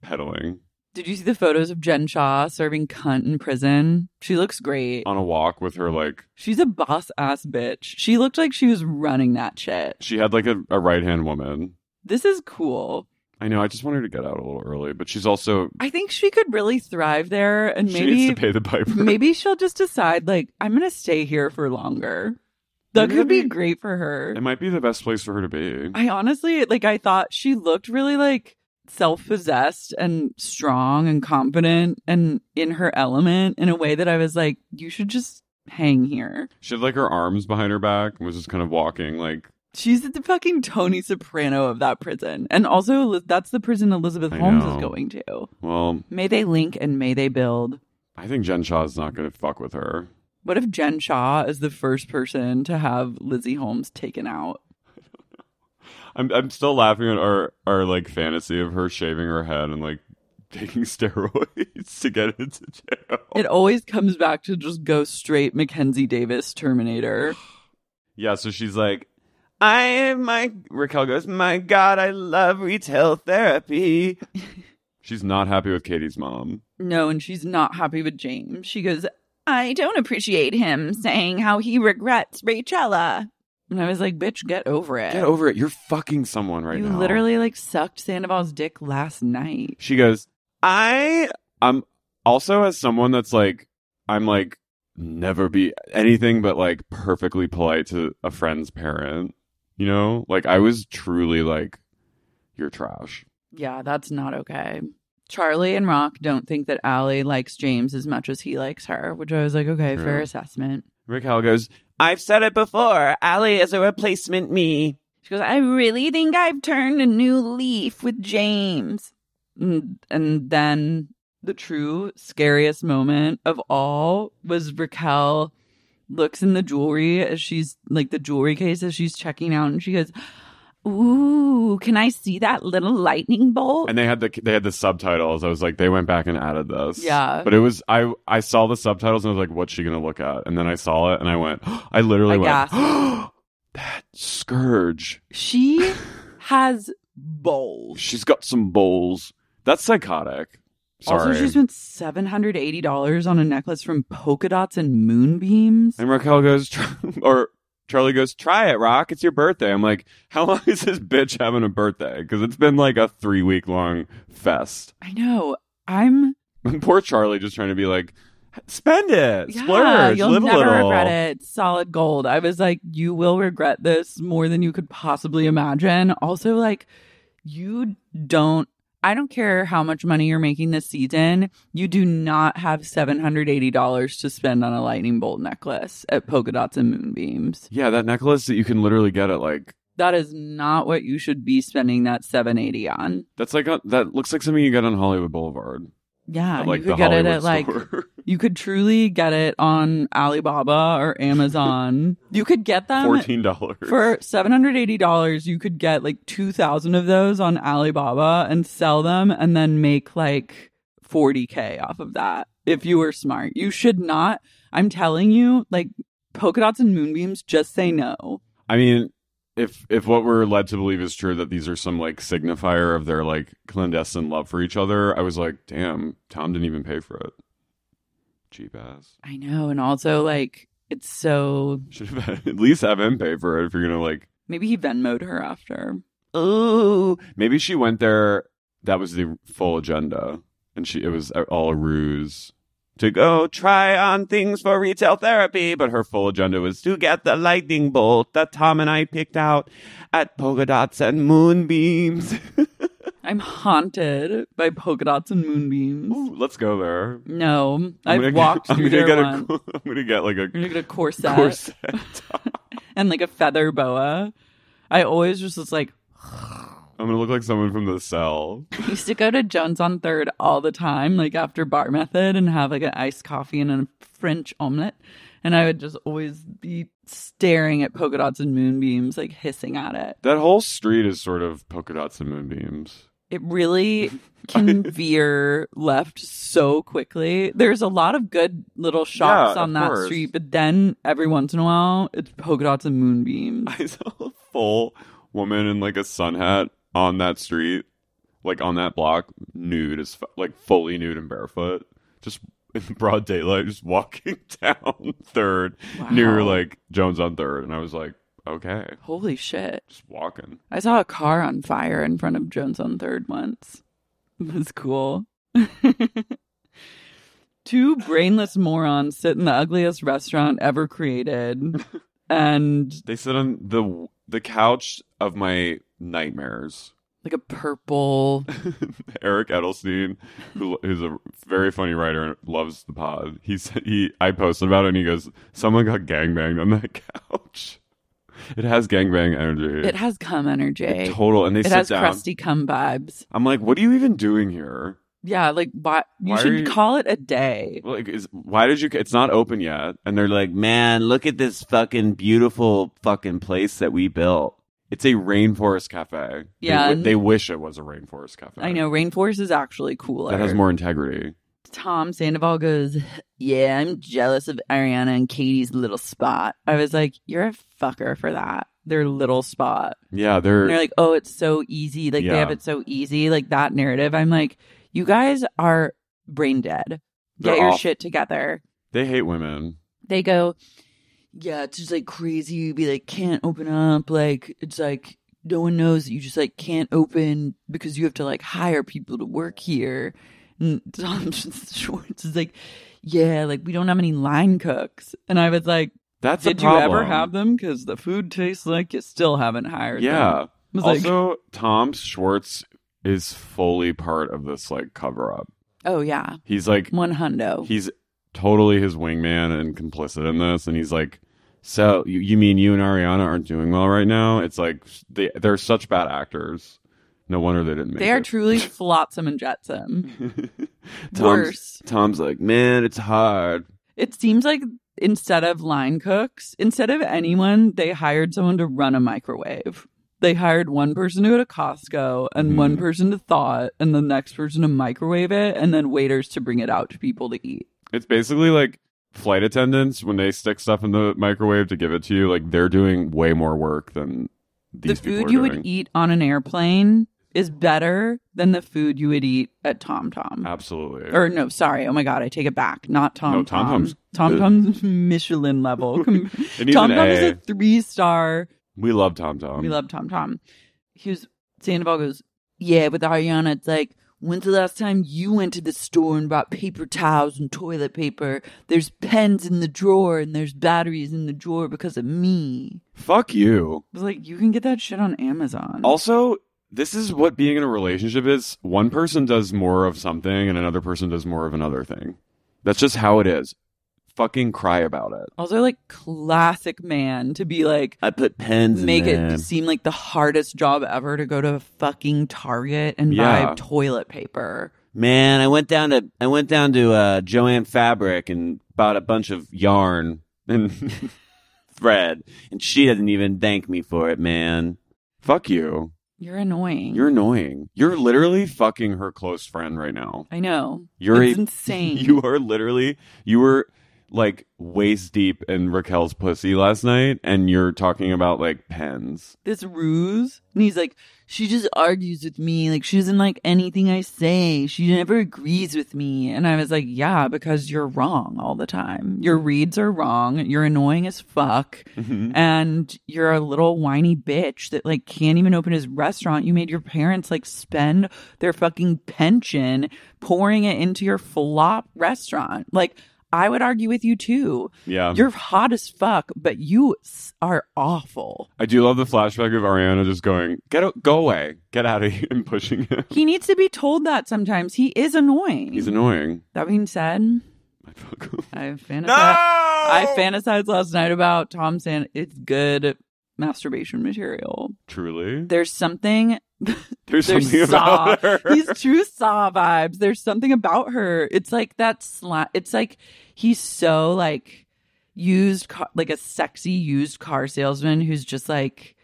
Speaker 4: peddling
Speaker 2: Did you see the photos of Jen Shaw serving cunt in prison? She looks great.
Speaker 4: on a walk with her. Like
Speaker 2: She's a boss ass bitch. She looked like she was running that shit.
Speaker 4: she had like a, a right hand woman.
Speaker 2: This is cool.
Speaker 4: I know. I just want her to get out a little early, but she's also
Speaker 2: I think she could really thrive there and
Speaker 4: she
Speaker 2: maybe
Speaker 4: needs to pay the piper.
Speaker 2: maybe she'll just decide like I'm going to stay here for longer. That
Speaker 4: Maybe
Speaker 2: could
Speaker 4: that'd
Speaker 2: be great for her.
Speaker 4: It might be the best place for her to be.
Speaker 2: I honestly like I thought she looked really like self-possessed and strong and confident and in her element in a way that I was like you should just hang here.
Speaker 4: She had like her arms behind her back and was just kind of walking, like
Speaker 2: She's the fucking Tony Soprano of that prison. And also that's the prison Elizabeth
Speaker 4: I
Speaker 2: Holmes is
Speaker 4: know.
Speaker 2: going to.
Speaker 4: well.
Speaker 2: May they link and may they build.
Speaker 4: I think Jen Shaw's not going to fuck with her.
Speaker 2: What if Jen Shaw is the first person to have Lizzie Holmes taken out?
Speaker 4: I'm I'm still laughing at our our like fantasy of her shaving her head and like taking steroids to get into jail.
Speaker 2: It always comes back to just go straight Mackenzie Davis Terminator.
Speaker 4: Yeah, so she's like,
Speaker 10: I my
Speaker 4: Raquel goes,
Speaker 10: my God, I love retail therapy.
Speaker 4: she's not happy with Katie's mom.
Speaker 2: No, and she's not happy with James. She goes,
Speaker 10: I don't appreciate him saying how he regrets Rachella.
Speaker 2: and I was like, bitch, get over it.
Speaker 4: Get over it. You're fucking someone right
Speaker 2: you
Speaker 4: now.
Speaker 2: literally like sucked Sandoval's dick last night.
Speaker 4: She goes, I I'm also as someone that's like I'm like never be anything but like perfectly polite to a friend's parent. You know? Like I was truly like you're trash.
Speaker 2: Yeah, that's not okay. Charlie and Rock don't think that Allie likes James as much as he likes her, which I was like, okay,
Speaker 4: True.
Speaker 2: fair assessment.
Speaker 4: Raquel goes,
Speaker 10: I've said it before. Allie is a replacement me.
Speaker 2: She goes,
Speaker 10: I really think I've turned a new leaf with James.
Speaker 2: And, and then the true scariest moment of all was Raquel looks in the jewelry as she's like the jewelry case as she's checking out and she goes,
Speaker 10: Ooh, can I see that little lightning bolt?
Speaker 4: and they had the they had the subtitles. I was like, they went back and added this.
Speaker 2: Yeah.
Speaker 4: but it was I I saw the subtitles and I was like, what's she gonna look at? And then I saw it and I went, I literally
Speaker 2: I
Speaker 4: went,
Speaker 2: gasped.
Speaker 4: that scourge.
Speaker 2: She has bowls.
Speaker 4: She's got some bowls. That's psychotic. Sorry.
Speaker 2: Also, she spent $780 on a necklace from polka dots and moonbeams.
Speaker 4: and Raquel goes, or Charlie goes, try it, Rock. It's your birthday. I'm like, how long is this bitch having a birthday? Because it's been like a three week long fest.
Speaker 2: I know. I'm.
Speaker 4: And poor Charlie just trying to be like, spend it,
Speaker 2: Yeah,
Speaker 4: splurge,
Speaker 2: you'll
Speaker 4: live
Speaker 2: never
Speaker 4: a little.
Speaker 2: regret it. It's Solid gold. I was like, you will regret this more than you could possibly imagine. Also, like, you don't. I don't care how much money you're making this season. You do not have $780 to spend on a lightning bolt necklace at polka dots and moonbeams.
Speaker 4: Yeah, that necklace that you can literally get at like
Speaker 2: That is not what you should be spending that 780 on.
Speaker 4: That's like a, that looks like something you get on Hollywood Boulevard.
Speaker 2: Yeah,
Speaker 4: At, like,
Speaker 2: you could
Speaker 4: the
Speaker 2: get it
Speaker 4: Hollywood
Speaker 2: at like
Speaker 4: store.
Speaker 2: you could truly get it on Alibaba or Amazon. you could get them
Speaker 4: Fourteen dollars.
Speaker 2: um, for seven hundred eighty dollars. You could get like two thousand of those on Alibaba and sell them, and then make like forty k off of that. If you were smart, you should not. I'm telling you, like polka dots and moonbeams, just say no.
Speaker 4: I mean, if if what we're led to believe is true that these are some like signifier of their like clandestine love for each other, I was like, damn, Tom didn't even pay for it. Cheap ass.
Speaker 2: I know. And also, like, it's so.
Speaker 4: Should have at least have him pay for it if you're gonna like.
Speaker 2: Maybe he Venmoed her after.
Speaker 4: Ooh. Maybe she went there. That was the full agenda, and she it was all a ruse to go try on things for retail therapy. But her full agenda was to get the lightning bolt that Tom and I picked out at polka dots and moonbeams.
Speaker 2: I'm haunted by polka dots and moonbeams.
Speaker 4: Let's go there.
Speaker 2: No,
Speaker 4: I'm gonna
Speaker 2: I've walked
Speaker 4: get, I'm
Speaker 2: through there
Speaker 4: gonna get
Speaker 2: once.
Speaker 4: a, co- I'm gonna get like a
Speaker 2: I'm gonna get a corset,
Speaker 4: corset.
Speaker 2: and like a feather boa. I always just was like,
Speaker 4: I'm gonna look like someone from the cell.
Speaker 2: I used to go to Jones on Third all the time, like after bar method, and have like an iced coffee and a French omelet. And I would just always be staring at polka dots and moonbeams, like hissing at it.
Speaker 4: That whole street is sort of polka dots and moonbeams.
Speaker 2: It really can veer left so quickly. There's a lot of good little shops
Speaker 4: Yeah,
Speaker 2: on
Speaker 4: of
Speaker 2: that
Speaker 4: course.
Speaker 2: street, but then every once in a while, it's polka dots and moonbeams.
Speaker 4: I saw Full woman in like a sun hat on that street, like on that block, nude as fu- like fully nude and barefoot, just in broad daylight, just walking down Third near
Speaker 2: Wow.
Speaker 4: like Jones on Third, and I was like, okay,
Speaker 2: Holy shit.
Speaker 4: just walking.
Speaker 2: I saw a car on fire in front of Jones on Third once. It was cool. Two brainless morons sit in the ugliest restaurant ever created. And
Speaker 4: They sit on the the couch of my nightmares.
Speaker 2: like a purple.
Speaker 4: Eric Edelstein, who, who's a very funny writer and loves the pod. He said he I posted about it and he goes, "Someone got gangbanged on that couch." It has gangbang energy.
Speaker 2: It has cum energy.
Speaker 4: It total- and they
Speaker 2: it
Speaker 4: sit
Speaker 2: has
Speaker 4: down.
Speaker 2: crusty cum vibes.
Speaker 4: I'm like, what are you even doing here?
Speaker 2: Yeah, like why? You
Speaker 4: Why are
Speaker 2: should
Speaker 4: you-
Speaker 2: call it a day.
Speaker 4: Like, is why did you? It's not open yet, and they're like, man, look at this fucking beautiful fucking place that we built. It's a rainforest cafe. They
Speaker 2: Yeah,
Speaker 4: wi-
Speaker 2: and-
Speaker 4: they, wish it was a rainforest cafe.
Speaker 2: I know rainforest is actually cooler.
Speaker 4: that has more integrity.
Speaker 2: Tom Sandoval goes, Yeah, I'm jealous of Ariana and Katie's little spot. I was like, You're a fucker for that. Their little spot.
Speaker 4: Yeah, they're
Speaker 2: And they're like, Oh, it's so easy. Like
Speaker 4: Yeah.
Speaker 2: they have it so easy. Like that narrative. I'm like, You guys are brain dead.
Speaker 4: They're
Speaker 2: Get your
Speaker 4: off.
Speaker 2: shit together.
Speaker 4: they hate women.
Speaker 2: They go, Yeah, it's just like crazy. You be like, can't open up. Like it's like no one knows that you just like can't open because you have to like hire people to work here. And Tom Schwartz is like, yeah, like we don't have any line cooks. And I was like,
Speaker 4: That's a
Speaker 2: did you ever
Speaker 4: problem.
Speaker 2: have them? Because the food tastes like you still haven't hired.
Speaker 4: Yeah.
Speaker 2: them. I was like,
Speaker 4: also, Tom Schwartz is fully part of this like cover up.
Speaker 2: oh yeah,
Speaker 4: He's like
Speaker 2: one hundo.
Speaker 4: he's totally his wingman and complicit in this, and he's like, so you, you mean you and Ariana aren't doing well right now? It's like they they're such bad actors. No wonder they didn't make
Speaker 2: They are
Speaker 4: it.
Speaker 2: truly flotsam and jetsam.
Speaker 4: Tom's,
Speaker 2: worse.
Speaker 4: Tom's like, man, it's hard.
Speaker 2: It seems like instead of line cooks, instead of anyone, they hired someone to run a microwave. They hired one person to go to Costco and
Speaker 4: Mm-hmm.
Speaker 2: one person to thaw it and the next person to microwave it and then waiters to bring it out to people to eat.
Speaker 4: It's basically like flight attendants when they stick stuff in the microwave to give it to you. Like they're doing way more work than these
Speaker 2: the
Speaker 4: people
Speaker 2: food
Speaker 4: are
Speaker 2: you
Speaker 4: doing.
Speaker 2: would eat on an airplane is better than the food you would eat at Tom Tom.
Speaker 4: Absolutely.
Speaker 2: Or no, sorry. Oh my god, I take it back. Not Tom
Speaker 4: No,
Speaker 2: Tom.
Speaker 4: Tom Tom's
Speaker 2: Tom
Speaker 4: good.
Speaker 2: Tom's Michelin level. Com-
Speaker 4: It needs
Speaker 2: Tom
Speaker 4: an
Speaker 2: Tom is
Speaker 4: A.
Speaker 2: a three star
Speaker 4: We love Tom Tom.
Speaker 2: we love Tom Tom. He was Sandoval goes, Yeah, with Ariana, it's like, when's the last time you went to the store and bought paper towels and toilet paper? There's pens in the drawer and there's batteries in the drawer because of me.
Speaker 4: Fuck you.
Speaker 2: I was like, you can get that shit on Amazon.
Speaker 4: Also, this is what being in a relationship is. One person does more of something and another person does more of another thing. That's just how it is. Fucking cry about it.
Speaker 2: Also, like classic man to be like,
Speaker 4: I put pens
Speaker 2: make it seem like the hardest job ever to go to fucking Target and
Speaker 11: Yeah.
Speaker 2: buy toilet paper.
Speaker 11: Man, I went down to I went down to uh, Joanne Fabric and bought a bunch of yarn and thread, and she doesn't even thank me for it, man.
Speaker 4: Fuck you.
Speaker 2: You're annoying.
Speaker 4: You're annoying. You're literally fucking her close friend right now.
Speaker 2: I know.
Speaker 4: You're
Speaker 2: it's
Speaker 4: a-
Speaker 2: insane.
Speaker 4: You are literally you were like waist deep in Raquel's pussy last night, and you're talking about like pens.
Speaker 2: this ruse and he's like she just argues with me like she doesn't like anything i say she never agrees with me and i was like yeah because you're wrong all the time your reads are wrong you're annoying as fuck and you're a little whiny bitch that like can't even open his restaurant you made your parents like spend their fucking pension pouring it into your flop restaurant like I would argue with you too.
Speaker 4: Yeah.
Speaker 2: You're hot as fuck, but you s- are awful.
Speaker 4: I do love the flashback of Ariana just going, "Get o- go away, get out of here," and pushing him.
Speaker 2: He needs to be told that sometimes. He is annoying.
Speaker 4: He's annoying.
Speaker 2: That being said, I fantasize. I fantasized last night about Tom Sand. It's good masturbation material.
Speaker 4: Truly,
Speaker 2: There's something.
Speaker 4: There's
Speaker 2: there's
Speaker 4: something about
Speaker 2: Saw-
Speaker 4: her.
Speaker 2: These true saw vibes. There's something about her. It's like that sla It's like he's so like used, car- like a sexy used car salesman who's just like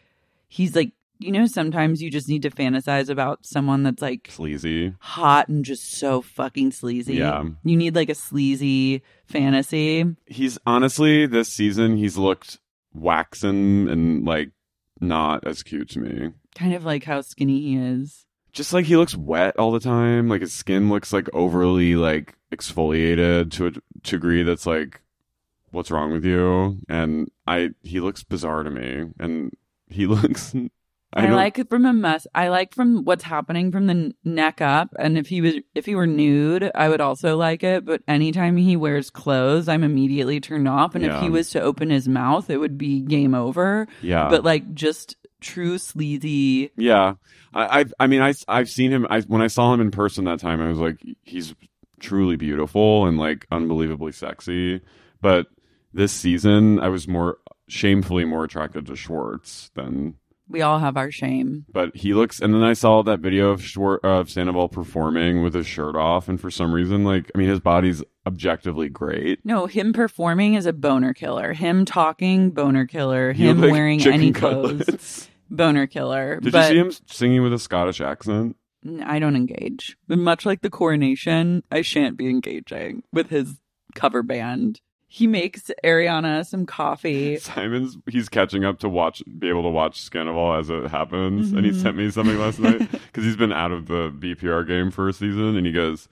Speaker 2: he's like you know sometimes you just need to fantasize about someone that's like
Speaker 4: sleazy,
Speaker 2: hot and just so fucking sleazy.
Speaker 4: Yeah.
Speaker 2: You need like a sleazy fantasy.
Speaker 4: He's honestly this season he's looked waxen and like not as cute to me.
Speaker 2: Kind of like how skinny he is.
Speaker 4: Just like he looks wet all the time, like his skin looks like overly like exfoliated to a degree that's like what's wrong with you? And I he looks bizarre to me and he looks
Speaker 2: I,
Speaker 4: don't-
Speaker 2: like it from a mess. I like from what's happening from the n- neck up. And if he was, if he were nude, I would also like it. But anytime he wears clothes, I'm immediately turned off. And if
Speaker 4: Yeah.
Speaker 2: he was to open his mouth, it would be game over.
Speaker 4: Yeah.
Speaker 2: But like just true sleazy.
Speaker 4: Yeah, I, I, I mean, I, I've seen him. I when I saw him in person that time, I was like, he's truly beautiful and like unbelievably sexy. But this season, I was more shamefully more attracted to Schwartz than.
Speaker 2: We all have our shame.
Speaker 4: But he looks, and then I saw that video of Schwar- of Sandoval performing with his shirt off, and for some reason, like, I mean, his body's objectively great.
Speaker 2: No, him performing is a boner killer. Him talking, boner killer.
Speaker 4: You
Speaker 2: Him
Speaker 4: like
Speaker 2: wearing
Speaker 4: chicken
Speaker 2: any
Speaker 4: cutlets.
Speaker 2: clothes, boner killer.
Speaker 4: Did
Speaker 2: but
Speaker 4: you see him singing with a Scottish accent?
Speaker 2: I don't engage. Much like the coronation, I shan't be engaging with his cover band. He makes Ariana some coffee.
Speaker 4: Simon's he's catching up to watch be able to watch Scandival as it happens, and he
Speaker 2: Mhm.
Speaker 4: sent me something last night because he's been out of the BPR game for a season, and he goes,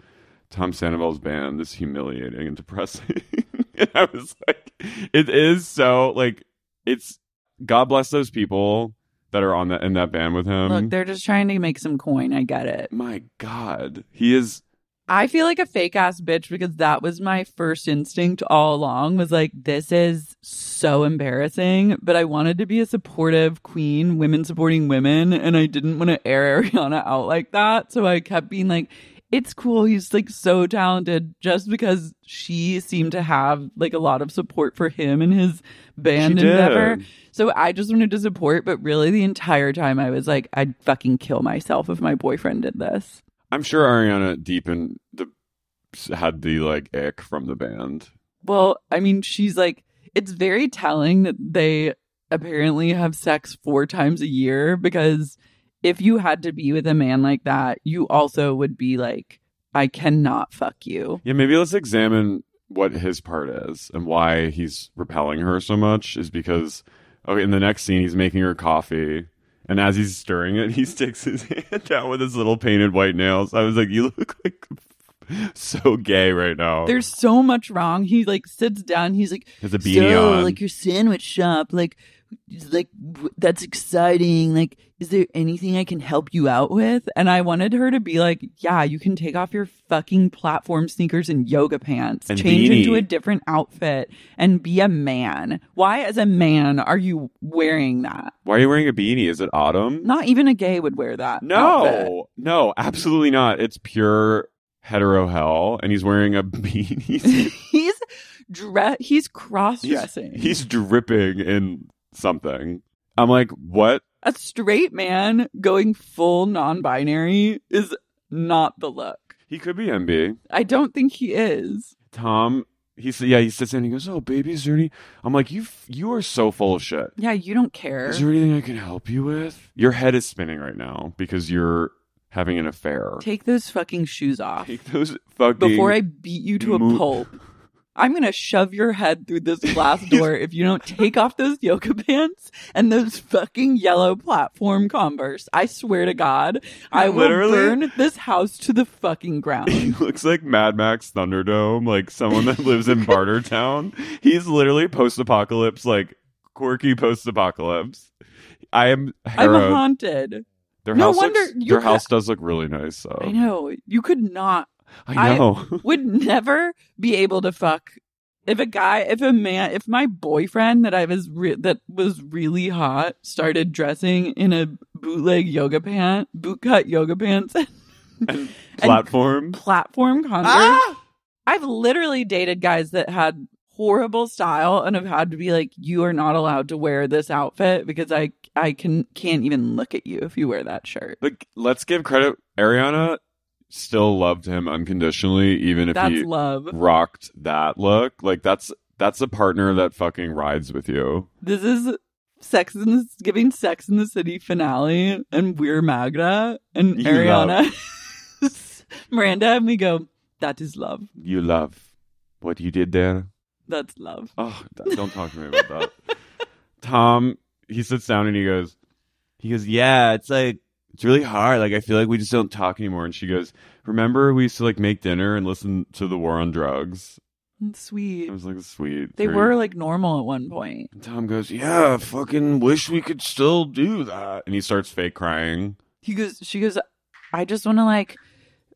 Speaker 4: "Tom Sandoval's band is humiliating and depressing." and I was like, "It is so like it's God bless those people that are on that in that band with him."
Speaker 2: Look, they're just trying to make some coin. I get it.
Speaker 4: My God, he is
Speaker 2: I feel like a fake ass bitch because that was my first instinct all along was like, this is so embarrassing. But I wanted to be a supportive queen, women supporting women, and I didn't want to air Ariana out like that. So I kept being like, it's cool. He's like so talented just because she seemed to have like a lot of support for him and his band
Speaker 4: She did.
Speaker 2: endeavor. So I just wanted to support, but really the entire time I was like, I'd fucking kill myself if my boyfriend did this.
Speaker 4: I'm sure Ariana deep in the had the like ick from the band.
Speaker 2: Well, I mean, she's like, it's very telling that they apparently have sex four times a year because if you had to be with a man like that, you also would be like, I cannot fuck you.
Speaker 4: Yeah, maybe let's examine what his part is and why he's repelling her so much is because okay, in the next scene he's making her coffee and as he's stirring it he sticks his hand out with his little painted white nails. I was like, You look like so gay right now.
Speaker 2: There's so much wrong. He like sits down. He's like,
Speaker 4: Oh. Has a beanie
Speaker 2: so,
Speaker 4: on."
Speaker 2: like your sandwich shop, like, like w- that's exciting. Like, is there anything I can help you out with? And I wanted her to be like, yeah, you can take off your fucking platform sneakers and yoga pants,
Speaker 4: And
Speaker 2: change into
Speaker 4: beanie.
Speaker 2: a different outfit, and be a man. Why, as a man, are you wearing that?
Speaker 4: why are you wearing a beanie? Is it autumn?
Speaker 2: Not even a gay would wear that. outfit.
Speaker 4: No, no, absolutely not. It's pure hetero hell, and he's wearing a beanie.
Speaker 2: he's dre- he's cross
Speaker 4: he's,
Speaker 2: dressing.
Speaker 4: he's dripping in something. I'm like, what?
Speaker 2: a straight man going full non-binary is not the look.
Speaker 4: He could be MB.
Speaker 2: I don't think he is.
Speaker 4: Tom, he said, yeah, he sits in and he goes, oh, baby, is there any? I'm like, you, f- you are so full of shit.
Speaker 2: Yeah, you don't care.
Speaker 4: Is there anything I can help you with? Your head is spinning right now because you're having an affair.
Speaker 2: Take those fucking shoes off
Speaker 4: Take those fucking
Speaker 2: before I beat you to a
Speaker 4: mo-
Speaker 2: pulp. I'm going to shove your head through this glass door if you don't take off those yoga pants and those fucking yellow platform Converse. I swear to God, I will
Speaker 4: Literally.
Speaker 2: burn this house to the fucking ground.
Speaker 4: He looks like Mad Max Thunderdome, like someone that lives in Bartertown. He's literally post-apocalypse, like quirky post-apocalypse. I am
Speaker 2: I'm
Speaker 4: harrowed.
Speaker 2: haunted.
Speaker 4: Their
Speaker 2: no
Speaker 4: house
Speaker 2: wonder
Speaker 4: looks-
Speaker 2: you
Speaker 4: their
Speaker 2: could-
Speaker 4: house does look really nice. though.
Speaker 2: I know. You could not.
Speaker 4: I know.
Speaker 2: would never be able to fuck if a guy, if a man, if my boyfriend that I was re- that was really hot started dressing in a bootleg yoga pant, bootcut yoga pants, and,
Speaker 4: Platform.
Speaker 2: platform Converse. I've literally dated guys that had horrible style and have had to be like, "You are not allowed to wear this outfit because I I can can't even look at you if you wear that shirt."
Speaker 4: But let's give credit. Ariana still loved him unconditionally, even if
Speaker 2: That's
Speaker 4: he
Speaker 2: love.
Speaker 4: rocked that look. Like that's that's a partner that fucking rides with you.
Speaker 2: This is Sex in the giving Sex in the City finale, and we're Magda and
Speaker 4: You
Speaker 2: Ariana, Miranda, and we go. That is love.
Speaker 4: You love what you did there.
Speaker 2: That's love.
Speaker 4: Oh, th- don't talk to me about that. Tom, he sits down and he goes, he goes, yeah, it's like it's really hard. Like I feel like we just don't talk anymore. And she goes, remember we used to like make dinner and listen to the war on drugs.
Speaker 2: That's sweet.
Speaker 4: It was like sweet.
Speaker 2: They
Speaker 4: Very-
Speaker 2: were like normal at one point.
Speaker 4: Tom goes, yeah, fucking wish we could still do that. And he starts fake crying.
Speaker 2: He goes. She goes. I just want to like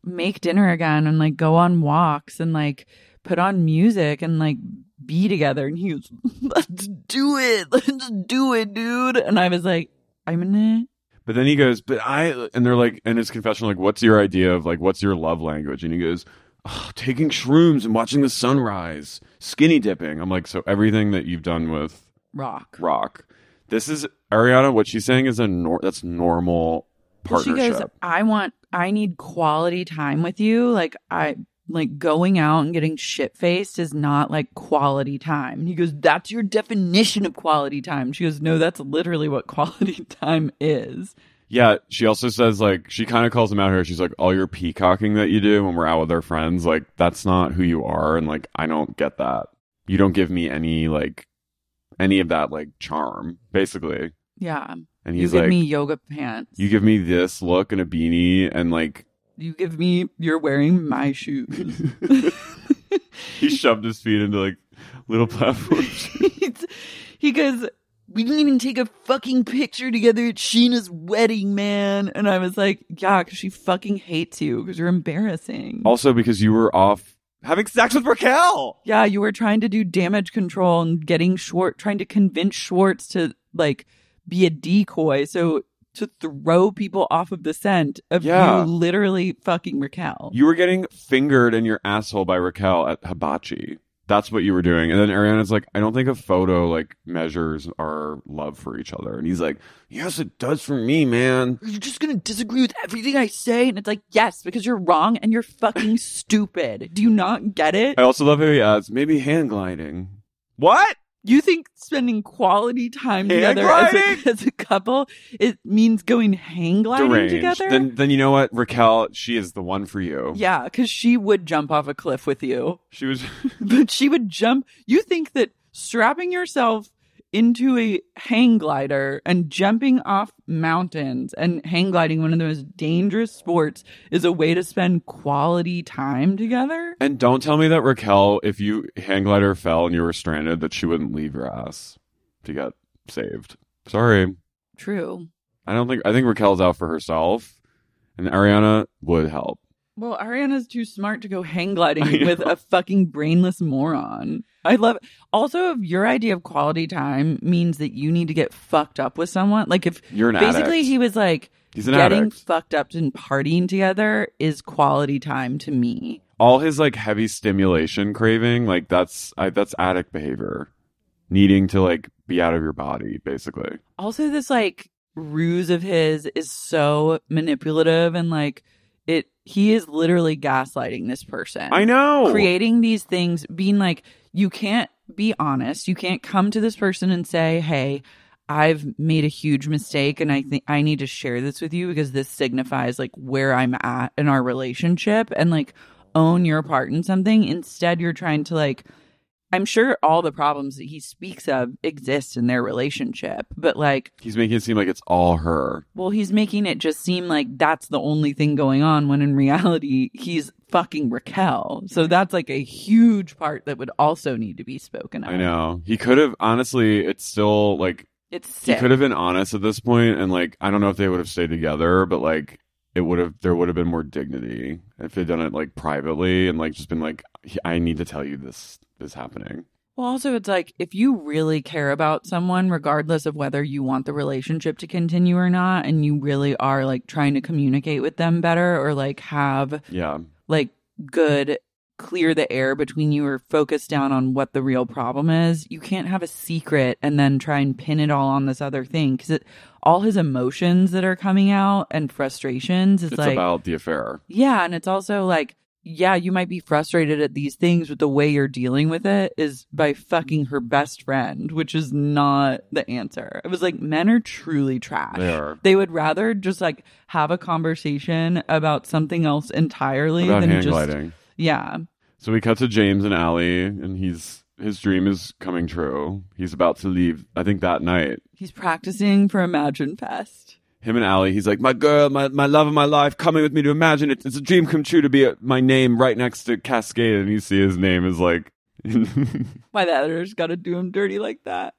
Speaker 2: make dinner again and like go on walks and like put on music and like be together. And he goes, "Let's do it. Let's do it, dude." And I was like, "I'm gonna."
Speaker 4: But then he goes, but I, and they're like, in his confession, like, what's your idea of like, what's your love language? And he goes, "Ah, taking shrooms and watching the sunrise, skinny dipping. I'm like, so everything that you've done with
Speaker 2: Rock.
Speaker 4: rock, this is Ariana. What she's saying is a nor- that's normal
Speaker 2: Well,
Speaker 4: partnership.
Speaker 2: She goes, I want, I need quality time with you. Like, I, like going out and getting shit faced is not like quality time. And he goes, That's your definition of quality time. She goes, No, that's literally what quality time is.
Speaker 4: yeah. She also says like, she kind of calls him out here. She's like, all your peacocking that you do when we're out with our friends, like that's not who you are. And like, I don't get that. You don't give me any like, any of that like charm, basically.
Speaker 2: Yeah.
Speaker 4: And he's
Speaker 2: you give
Speaker 4: like-
Speaker 2: me yoga pants.
Speaker 4: You give me this look and a beanie, and like
Speaker 2: You give me, you're wearing my shoes.
Speaker 4: he shoved his feet into like little platforms.
Speaker 2: he goes, We didn't even take a fucking picture together at Sheena's wedding, man. And I was like, Yeah, because she fucking hates you because you're embarrassing.
Speaker 4: also, because you were off having sex with Raquel.
Speaker 2: Yeah, you were trying to do damage control and getting Schwartz, trying to convince Schwartz to like be a decoy. So to throw people off of the scent of you
Speaker 4: Yeah.
Speaker 2: literally fucking Raquel.
Speaker 4: You were getting fingered in your asshole by Raquel at hibachi. That's what you were doing. And then Ariana's like, I don't think a photo like measures our love for each other. And he's like, Yes, it does for me, man.
Speaker 2: You're just gonna disagree with everything I say, and it's like, yes, because you're wrong and you're fucking stupid. Do you not get it?
Speaker 4: I also love how he adds, maybe hand gliding. What?
Speaker 2: You think spending quality time
Speaker 4: Hand
Speaker 2: together as a, as a couple it means going hang gliding
Speaker 4: Deranged.
Speaker 2: together?
Speaker 4: Then then you know what? Raquel, she is the one for you.
Speaker 2: Yeah, because she would jump off a cliff with you.
Speaker 4: She was,
Speaker 2: but she would jump. You think that strapping yourself into a hang glider and jumping off mountains and hang gliding, one of the most dangerous sports, is a way to spend quality time together?
Speaker 4: And don't tell me that Raquel, if you hang glider fell and you were stranded, that she wouldn't leave your ass to get saved. Sorry.
Speaker 2: True.
Speaker 4: I don't think I think Raquel's out for herself. And Ariana would help.
Speaker 2: Well, Ariana's too smart to go hang gliding with a fucking brainless moron. I love also if your idea of quality time means that you need to get fucked up with someone. Like if
Speaker 4: You're an
Speaker 2: basically
Speaker 4: addict.
Speaker 2: he was like
Speaker 4: He's an
Speaker 2: getting
Speaker 4: addict.
Speaker 2: fucked up and partying together is quality time to me.
Speaker 4: All his like heavy stimulation craving, like that's I, that's addict behavior. Needing to like be out of your body, basically.
Speaker 2: Also this like ruse of his is so manipulative and like it he is literally gaslighting this person.
Speaker 4: I know.
Speaker 2: Creating these things being like you can't be honest. You can't come to this person and say, "Hey, I've made a huge mistake and I think I need to share this with you because this signifies like where I'm at in our relationship and like own your part in something." Instead, you're trying to like I'm sure all the problems that he speaks of exist in their relationship, but like,
Speaker 4: He's making it seem like it's all her.
Speaker 2: well, he's making it just seem like that's the only thing going on when in reality, he's fucking Raquel. So that's like a huge part that would also need to be spoken of.
Speaker 4: I know. He could have honestly, it's still like
Speaker 2: It's
Speaker 4: he
Speaker 2: sick.
Speaker 4: could have been honest at this point and like I don't know if they would have stayed together, but like it would have there would have been more dignity if they'd done it like privately and like just been like I need to tell you this is happening.
Speaker 2: Well, also, it's like if you really care about someone, regardless of whether you want the relationship to continue or not, and you really are like trying to communicate with them better or like have
Speaker 4: Yeah.
Speaker 2: like good, clear the air between you or focus down on what the real problem is, you can't have a secret and then try and pin it all on this other thing because all his emotions that are coming out and frustrations is
Speaker 4: It's,
Speaker 2: like
Speaker 4: about the affair.
Speaker 2: yeah, and it's also like, yeah, you might be frustrated at these things, but the way you're dealing with it is by fucking her best friend, which is not the answer. It was like men are truly trash.
Speaker 4: They are.
Speaker 2: They would rather just like have a conversation about something else entirely
Speaker 4: About
Speaker 2: than
Speaker 4: hand
Speaker 2: just
Speaker 4: gliding.
Speaker 2: yeah.
Speaker 4: So we cut to James and Allie and he's his dream is coming true. He's about to leave I think that night.
Speaker 2: He's practicing for Imagine Fest.
Speaker 4: him and Ali, he's like, my girl, my, my love of my life, coming with me to imagine it. It's a dream come true to be at my name right next to Cascade. And you see his name is like,
Speaker 2: Why the editor's got to do him dirty like that?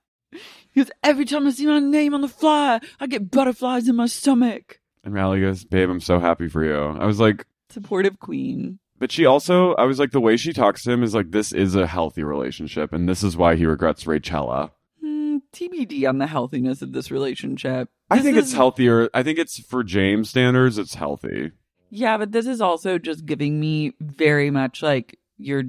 Speaker 2: Because every time I see my name on the flyer, I get butterflies in my stomach.
Speaker 4: and Ali goes, babe, I'm so happy for you. I was like,
Speaker 2: Supportive queen.
Speaker 4: but she also, I was like, the way she talks to him is like, this is a healthy relationship. And this is why he regrets Rachella.
Speaker 2: Mm, TBD on the healthiness of this relationship.
Speaker 4: I
Speaker 2: This
Speaker 4: think
Speaker 2: is-
Speaker 4: it's healthier. I think it's for James standards, it's healthy.
Speaker 2: Yeah, but this is also just giving me very much like you're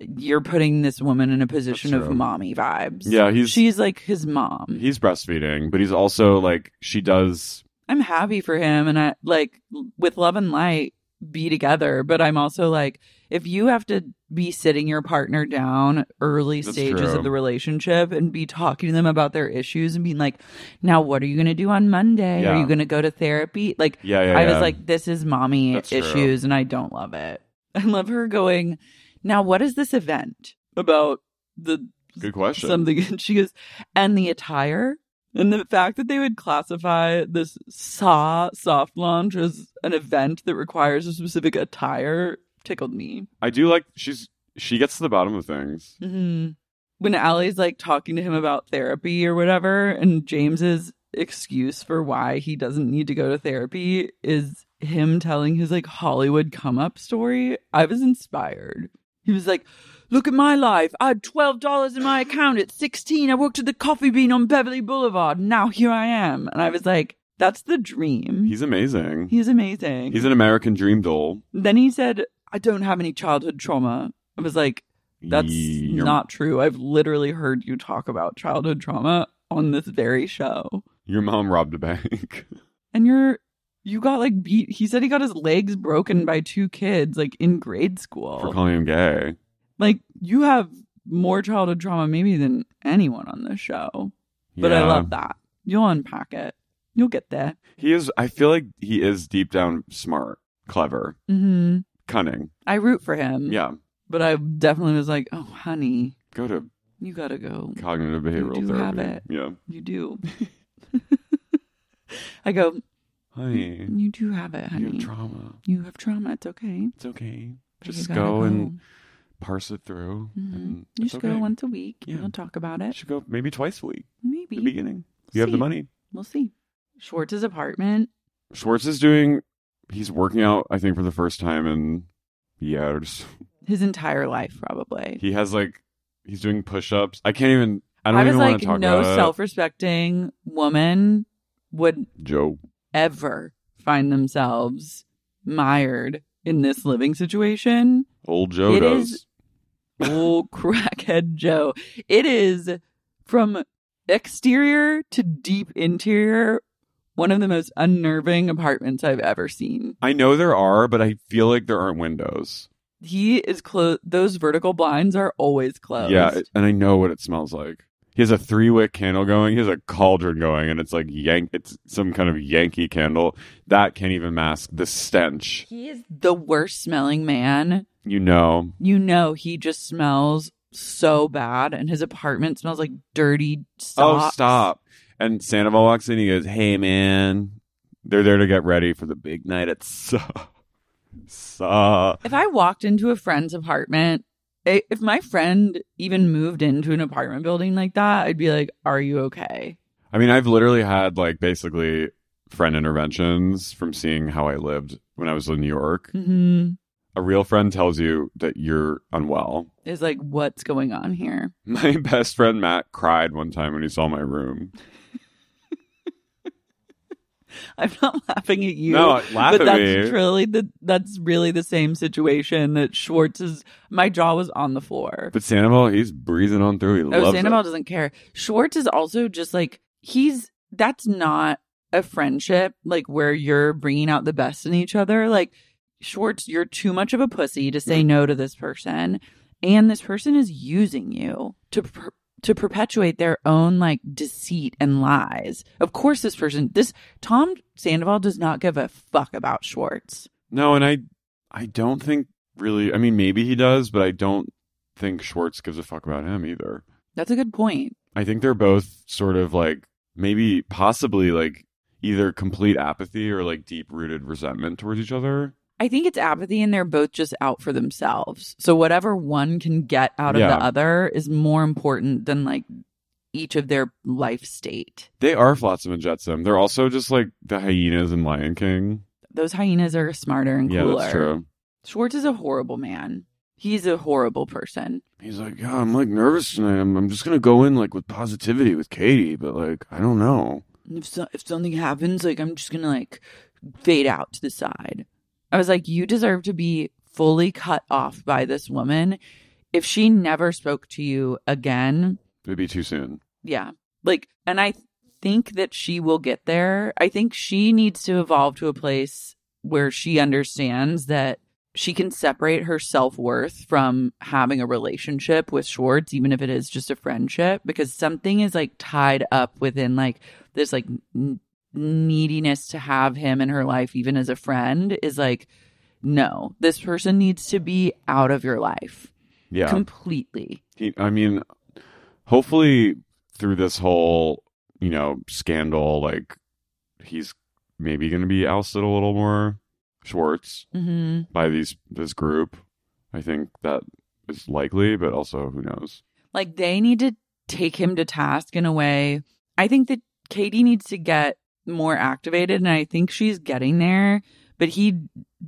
Speaker 2: you're putting this woman in a position
Speaker 4: That's
Speaker 2: of
Speaker 4: true.
Speaker 2: mommy vibes.
Speaker 4: Yeah, he's-
Speaker 2: she's like his mom.
Speaker 4: He's breastfeeding, but he's also like, she does.
Speaker 2: I'm happy for him and I like with love and light be together, but I'm also like if you have to be sitting your partner down early
Speaker 9: That's
Speaker 2: stages
Speaker 9: true.
Speaker 2: of the relationship and be talking to them about their issues and being like, now what are you going to do on Monday? Are
Speaker 9: Yeah.
Speaker 2: you going to go to therapy? Like,
Speaker 9: Yeah, yeah,
Speaker 2: I
Speaker 9: yeah.
Speaker 2: was like, this is mommy
Speaker 9: That's true.
Speaker 2: issues and I don't love it. I love her going, now what is this event about the
Speaker 4: Good question.
Speaker 2: something and she goes and the attire and the fact that they would classify this saw soft launch as an event that requires a specific attire tickled me
Speaker 4: I do like, she's, she gets to the bottom of things.
Speaker 2: Mhm. when Allie's like talking to him about therapy or whatever and James's excuse for why he doesn't need to go to therapy is him telling his like Hollywood come up story I was inspired he was like look at my life I had $12 in my account at 16 I worked at the coffee bean on Beverly Boulevard and now here I am and I was like that's the dream
Speaker 4: He's amazing.
Speaker 2: he's amazing
Speaker 4: He's an American dream doll.
Speaker 2: then he said, I don't have any childhood trauma. I was like, that's not true. I've literally heard you talk about childhood trauma on this very show.
Speaker 4: Your mom robbed a bank.
Speaker 2: And you're, you got like beat. He said he got his legs broken by two kids, like in grade
Speaker 4: for
Speaker 2: school.
Speaker 4: calling him gay.
Speaker 2: Like, you have more childhood trauma maybe than anyone on this show. But I
Speaker 4: Yeah.
Speaker 2: love that. You'll unpack it, you'll get there.
Speaker 4: He is. I feel like he is deep down smart, clever,
Speaker 2: hmm
Speaker 4: cunning.
Speaker 2: I root for him.
Speaker 4: Yeah,
Speaker 2: But I definitely was like, oh, honey,
Speaker 4: go to
Speaker 2: you gotta go.
Speaker 4: cognitive behavioral
Speaker 2: do
Speaker 4: therapy.
Speaker 2: have it.
Speaker 4: Yeah,
Speaker 2: You do. I go,
Speaker 4: honey,
Speaker 2: you do have it, Mm. honey.
Speaker 4: you have trauma.
Speaker 2: You have trauma. It's okay.
Speaker 4: It's okay.
Speaker 2: But you
Speaker 4: Just go,
Speaker 2: gotta
Speaker 4: and parse it through.
Speaker 2: Mhm.
Speaker 4: And
Speaker 2: You
Speaker 4: it's
Speaker 2: should
Speaker 4: okay.
Speaker 2: go once a week.
Speaker 4: Yeah.
Speaker 2: We'll talk about it.
Speaker 4: Should go maybe twice a week.
Speaker 2: Maybe.
Speaker 4: the beginning.
Speaker 2: We'll
Speaker 4: You have the
Speaker 2: see.
Speaker 4: money.
Speaker 2: We'll see. Schwartz's apartment.
Speaker 4: Schwartz is doing. He's working out. I think for the first time in years.
Speaker 2: His entire life, probably.
Speaker 4: He has like he's doing push-ups. I can't even. I don't
Speaker 2: was
Speaker 4: even want
Speaker 2: like,
Speaker 4: to talk
Speaker 2: no
Speaker 4: about it.
Speaker 2: self-respecting woman would
Speaker 4: Joe.
Speaker 2: ever find themselves mired in this living situation.
Speaker 4: Old Joe
Speaker 2: It
Speaker 4: does.
Speaker 2: is- old crackhead Joe. It is from exterior to deep interior, one of the most unnerving apartments I've ever seen.
Speaker 4: I know there are, but I feel like there aren't windows.
Speaker 2: He is closed. Those vertical blinds are always closed.
Speaker 4: Yeah, it- and I know what it smells like. He has a three wick candle going. He has a cauldron going, and it's like yank. It's some kind of Yankee candle that can't even mask the stench.
Speaker 2: He is the worst smelling man.
Speaker 4: You know,
Speaker 2: You know, he just smells so bad, and his apartment smells like dirty socks.
Speaker 4: Oh, stop. And Sandoval walks in. He goes, Hey, man. They're there to get ready for the big night at Saw. Saw.
Speaker 2: If I walked into a friend's apartment, i- if my friend even moved into an apartment building like that, I'd be like, "Are you okay?"
Speaker 4: I mean, I've literally had like basically friend interventions from seeing how I lived when I was in New York.
Speaker 2: Mhm.
Speaker 4: A real friend tells you that you're unwell.
Speaker 2: Is like, what's going on here?
Speaker 4: My best friend Matt cried one time when he saw my room.
Speaker 2: I'm not laughing at you.
Speaker 4: No, laugh
Speaker 2: but
Speaker 4: at
Speaker 2: that's
Speaker 4: me.
Speaker 2: really the that's really the same situation that Schwartz is. My jaw was on the floor.
Speaker 4: But Sandoval, he's breezing on through. He
Speaker 2: oh,
Speaker 4: loves it.
Speaker 2: Sandoval doesn't care. Schwartz is also just like he's. That's not a friendship like where you're bringing out the best in each other. Like Schwartz, you're too much of a pussy to
Speaker 4: Mm-hmm.
Speaker 2: say no to this person, and this person is using you to. Per- to perpetuate their own like deceit and lies. Of course, this person, this Tom Sandoval does not give a fuck about Schwartz.
Speaker 4: No, and I I don't think really I mean maybe he does, but I don't think Schwartz gives a fuck about him either.
Speaker 2: That's a good point.
Speaker 4: I think they're both sort of like maybe possibly like either complete apathy or like deep rooted resentment towards each other.
Speaker 2: I think it's apathy and they're both just out for themselves. So whatever one can get out of
Speaker 4: Yeah.
Speaker 2: the other is more important than like each of their life state.
Speaker 4: They are Flotsam and Jetsam. They're also just like the hyenas in Lion King.
Speaker 2: Those hyenas are smarter and
Speaker 4: Yeah,
Speaker 2: cooler.
Speaker 4: that's true.
Speaker 2: Schwartz is a horrible man. He's a horrible person.
Speaker 4: He's like, yeah, I'm like nervous tonight. I'm, I'm just gonna go in like with positivity with Katie, but like I don't know.
Speaker 2: If so- if something happens, like I'm just gonna like fade out to the side. I was like, you deserve to be fully cut off by this woman. If she never spoke to you again,
Speaker 4: It'd be too soon.
Speaker 2: Yeah. Like, and I think that she will get there. I think she needs to evolve to a place where she understands that she can separate her self worth from having a relationship with Schwartz, even if it is just a friendship, because something is like tied up within like this like n- neediness to have him in her life, even as a friend, is like, no, this person needs to be out of your life.
Speaker 4: Yeah.
Speaker 2: Completely.
Speaker 4: He, I mean, hopefully through this whole, you know, scandal, like he's maybe going to be ousted a little more, Schwartz,
Speaker 2: Mhm.
Speaker 4: by these this group. I think that is likely, but also who knows?
Speaker 2: Like they need to take him to task in a way. I think that Katie needs to get more activated, and I think she's getting there. But he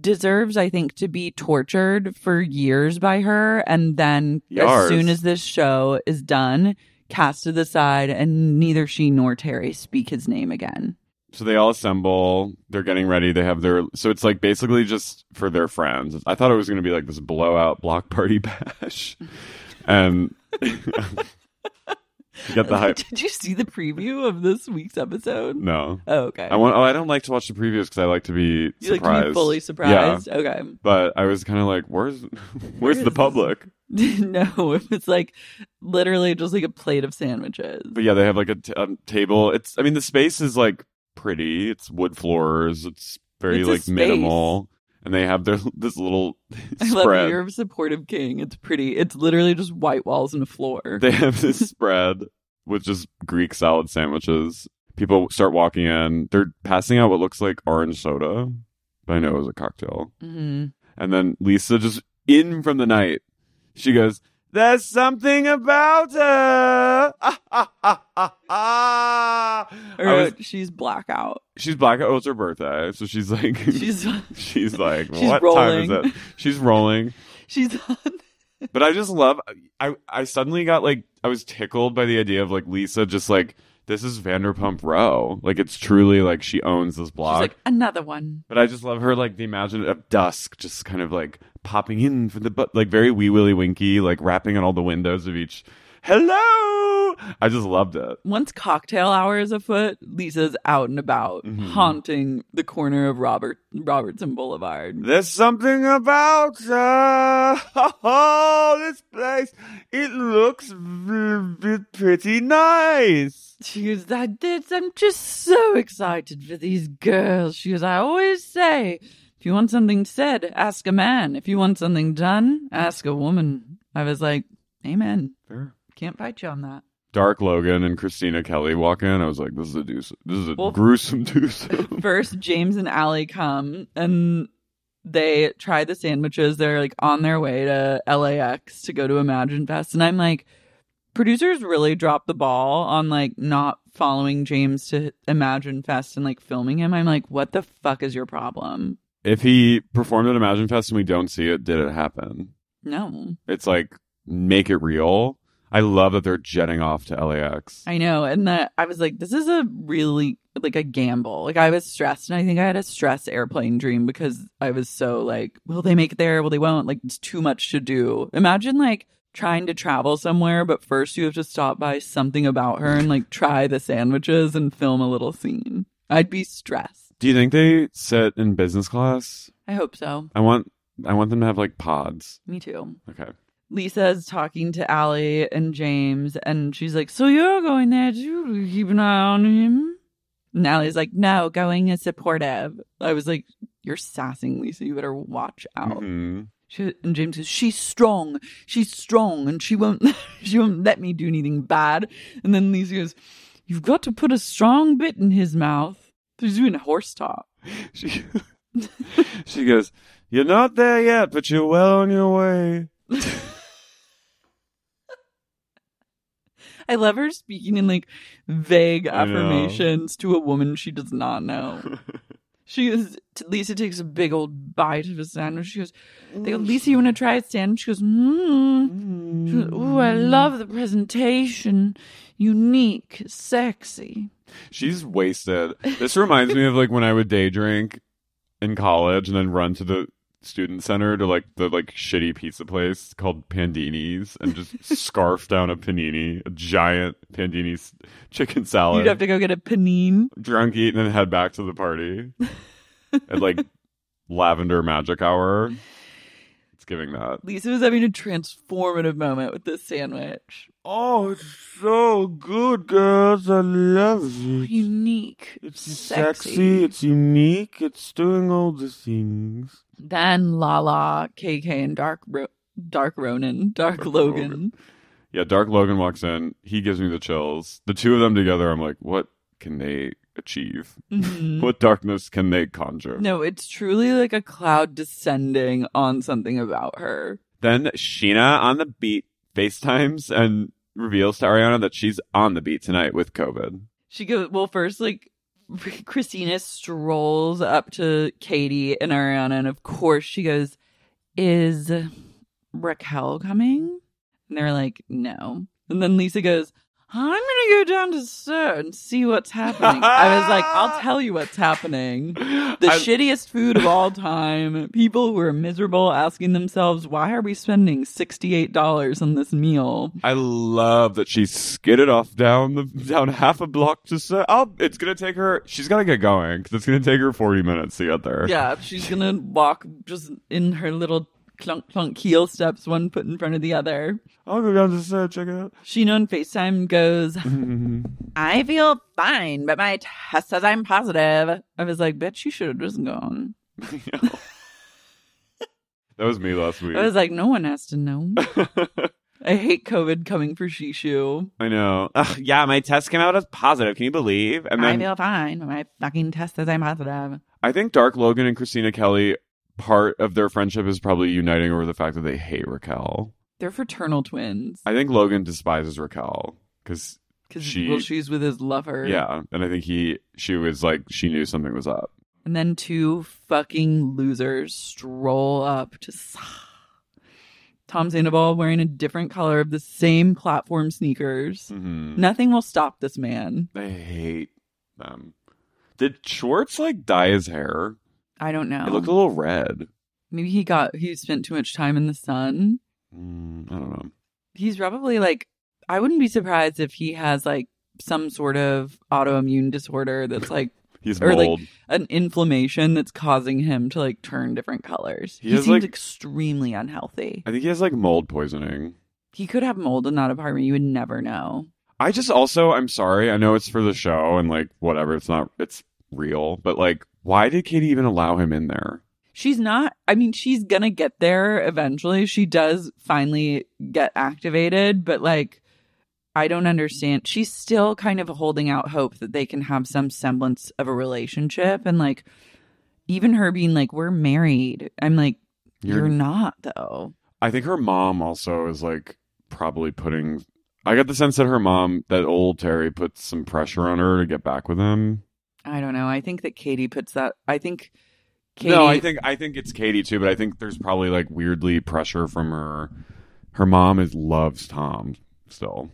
Speaker 2: deserves, I think, to be tortured for years by her, and then as
Speaker 4: Yars.
Speaker 2: soon as this show is done, cast to the side, and neither she nor Terry speak his name again.
Speaker 4: So they all assemble. They're getting ready. They have their so it's like basically just for their friends. I thought it was going to be like this blowout block party bash, and You get the hype.
Speaker 2: Did you see the preview of this week's episode?
Speaker 4: No.
Speaker 2: Oh, okay.
Speaker 4: I want. Oh, I don't like to watch the previews because I like to be
Speaker 2: You like to be
Speaker 4: surprised.
Speaker 2: fully surprised? Okay.
Speaker 4: But I was kind of like, where's, where's the public?
Speaker 2: no, if it's like literally just like a plate of sandwiches.
Speaker 4: But yeah, they have like a, t- a table. It's. I mean, the space is like pretty. It's wood floors. It's very
Speaker 2: It's a
Speaker 4: like
Speaker 2: space.
Speaker 4: minimal. And they have their this little
Speaker 2: I love
Speaker 4: spread.
Speaker 2: that you're a supportive king. It's pretty. It's literally just white walls and a floor.
Speaker 4: They have this spread with just Greek salad sandwiches. People start walking in. They're passing out what looks like orange soda, but I know it was a cocktail.
Speaker 2: Mhm.
Speaker 4: And then Lisa just in from the night. She goes,
Speaker 3: There's something about her. Ah, ah, ah, ah, ah.
Speaker 2: Or
Speaker 4: I was-
Speaker 2: she's blackout.
Speaker 4: she's black. Oh, it's her birthday, so she's like,
Speaker 2: she's
Speaker 4: she's like,
Speaker 2: She's
Speaker 4: what
Speaker 2: rolling.
Speaker 4: time is it? She's rolling.
Speaker 2: She's on.
Speaker 4: But I just love. I I suddenly got like I was tickled by the idea of like Lisa just like this is Vanderpump Row. Like it's truly like she owns this block.
Speaker 2: like another one.
Speaker 4: But I just love her like the imaginative dusk, just kind of like popping in from the but like very wee willy winky, like rapping on all the windows of each. Hello, I just loved it.
Speaker 2: Once cocktail hour is afoot, Lisa's out and about,
Speaker 4: Mm-hmm.
Speaker 2: haunting the corner of Robert Robertson Boulevard.
Speaker 4: There's something about her. Oh, this place. It looks v- v- pretty nice.
Speaker 2: She goes, I did. I'm just so excited for these girls. She goes, I always say, if you want something said, ask a man. If you want something done, ask a woman. I was like, Amen.
Speaker 8: Fair.
Speaker 2: Can't fight you on that.
Speaker 4: Dark Logan and Christina Kelly walk in. I was like, this is a deuce. This is a
Speaker 2: Well-
Speaker 4: gruesome deuce.
Speaker 2: First, James and Allie come and they try the sandwiches. They're like on their way to LAX to go to Imagine Fest. And I'm like, producers really dropped the ball on like not following James to Imagine Fest and like filming him. I'm like, what the fuck is your problem?
Speaker 4: if he performed at Imagine Fest and we don't see it, did it happen?
Speaker 2: No.
Speaker 4: It's like make it real. I love that they're jetting off to LAX.
Speaker 2: I know. And that I was like, this is a really like a gamble. Like I was stressed and I think I had a stress airplane dream because I was so like, will they make it there? Will they won't? Like it's too much to do. Imagine like trying to travel somewhere, but first you have to stop by something about her and like try the sandwiches and film a little scene. I'd be stressed.
Speaker 4: Do you think they sit in business class?
Speaker 2: I hope so.
Speaker 4: I want I want them to have like pods.
Speaker 2: Me too.
Speaker 4: Okay.
Speaker 2: Lisa's talking to Allie and James, and she's like, So you're going there to keep an eye on him? And Allie's like, No, going is supportive. I was like, You're sassing Lisa. You better watch out.
Speaker 4: Mm-hmm.
Speaker 2: She, and James says, She's strong. She's strong, and she won't, she won't let me do anything bad. And then Lisa goes, You've got to put a strong bit in his mouth. She's doing horse talk.
Speaker 4: She goes, "You're not there yet, but you're well on your way."
Speaker 2: I love her speaking in like vague
Speaker 3: I know.
Speaker 2: affirmations to a woman she does not know. she is Lisa takes a big old bite of a sandwich. She goes, they go,
Speaker 3: Mm.
Speaker 2: Lisa, you want to try a sandwich? She goes, mmm. She goes, Ooh, I
Speaker 3: Mm.
Speaker 2: love the presentation. Unique, sexy.
Speaker 4: She's wasted. This reminds me of like when I would day drink in college and then run to the student center to like the like shitty pizza place called Pandini's and just scarf down a panini, a giant Pandini's chicken salad.
Speaker 2: You'd have to go get a panine.
Speaker 4: drunk eat and then head back to the party at like lavender magic hour. It's giving that.
Speaker 2: Lisa was having a transformative moment with this sandwich.
Speaker 3: Oh, it's so good, girls. I love it.
Speaker 2: Unique.
Speaker 3: It's
Speaker 2: sexy.
Speaker 3: sexy. It's unique. It's doing all the things.
Speaker 2: Then Lala, KK, and Dark Ro- Dark Ronan, Dark Logan.
Speaker 4: Yeah, Dark Logan walks in. He gives me the chills. The two of them together, I'm like, what can they achieve?
Speaker 2: Mhm.
Speaker 4: what darkness can they conjure?
Speaker 2: No, it's truly like a cloud descending on something about her.
Speaker 4: Then Sheena on the beat FaceTimes and reveals to Ariana that she's on the beat tonight with COVID.
Speaker 2: She goes, well, first, like, Christina strolls up to Katie and Ariana, and of course she goes, Is Raquel coming? And they're like, No. And then Lisa goes, I'm going to go down to Sir and see what's happening. I was like, I'll tell you what's happening. The
Speaker 3: I'm-
Speaker 2: shittiest food of all time. People who are miserable asking themselves, why are we spending $68 on this meal?
Speaker 4: I love that she skidded off down the down half a block to say, "Oh, it's gonna take her. She's gotta get going 'cause it's gonna take her forty minutes to get there."
Speaker 2: Yeah, she's gonna walk just in her little clunk clunk heel steps, one foot in front of the other.
Speaker 4: I'll go down to set, check it out.
Speaker 2: Sheena on FaceTime goes, I feel fine, but my test says I'm positive. I was like, bitch, you should have just gone.
Speaker 4: That was me last week.
Speaker 2: I was like, no one has to know. I hate COVID coming for Shishu.
Speaker 11: I know. Ugh, yeah, my test came out as positive. Can you believe? And
Speaker 2: I
Speaker 11: then
Speaker 2: feel fine, but my fucking test says I'm positive.
Speaker 4: I think Dark Logan and Christina Kelly part of their friendship is probably uniting over the fact that they hate Raquel.
Speaker 2: They're fraternal twins.
Speaker 4: I think Logan despises Raquel because
Speaker 2: Because
Speaker 4: she,
Speaker 2: well, she's with his lover.
Speaker 4: yeah, and I think he she was like she knew something was up.
Speaker 2: And then two fucking losers stroll up to Sa- Tom Sandoval wearing a different color of the same platform sneakers.
Speaker 4: Mm-hmm.
Speaker 2: Nothing will stop this man.
Speaker 4: I hate them. Did Schwartz like dye his hair?
Speaker 2: I don't know.
Speaker 4: It looked a little red.
Speaker 2: Maybe he got he spent too much time in the sun.
Speaker 4: Mm, I don't know.
Speaker 2: He's probably like I wouldn't be surprised if he has like some sort of autoimmune disorder that's like
Speaker 4: He's
Speaker 2: or
Speaker 4: mold.
Speaker 2: like an inflammation that's causing him to like turn different colors.
Speaker 4: He
Speaker 2: He,
Speaker 4: has,
Speaker 2: seems
Speaker 4: like-
Speaker 2: extremely unhealthy.
Speaker 4: I think he has like mold poisoning.
Speaker 2: He could have mold in that apartment. You would never know.
Speaker 4: I just also I'm sorry. I know it's for the show and like whatever. It's not. It's real. But like, why did Katie even allow him in there?
Speaker 2: she's not i mean she's gonna get there eventually she does finally get activated but like i don't understand she's still kind of holding out hope that they can have some semblance of a relationship and like even her being like we're married i'm like
Speaker 4: You're-
Speaker 2: you're, not though
Speaker 4: I think her mom also is like probably putting. I got the sense that her mom, that old Terry, put some pressure on her to get back with him.
Speaker 2: i don't know i think that katie puts that i think katie
Speaker 4: No, I think I think it's Katie too, but I think there's probably like weirdly pressure from her. Her mom is loves Tom still.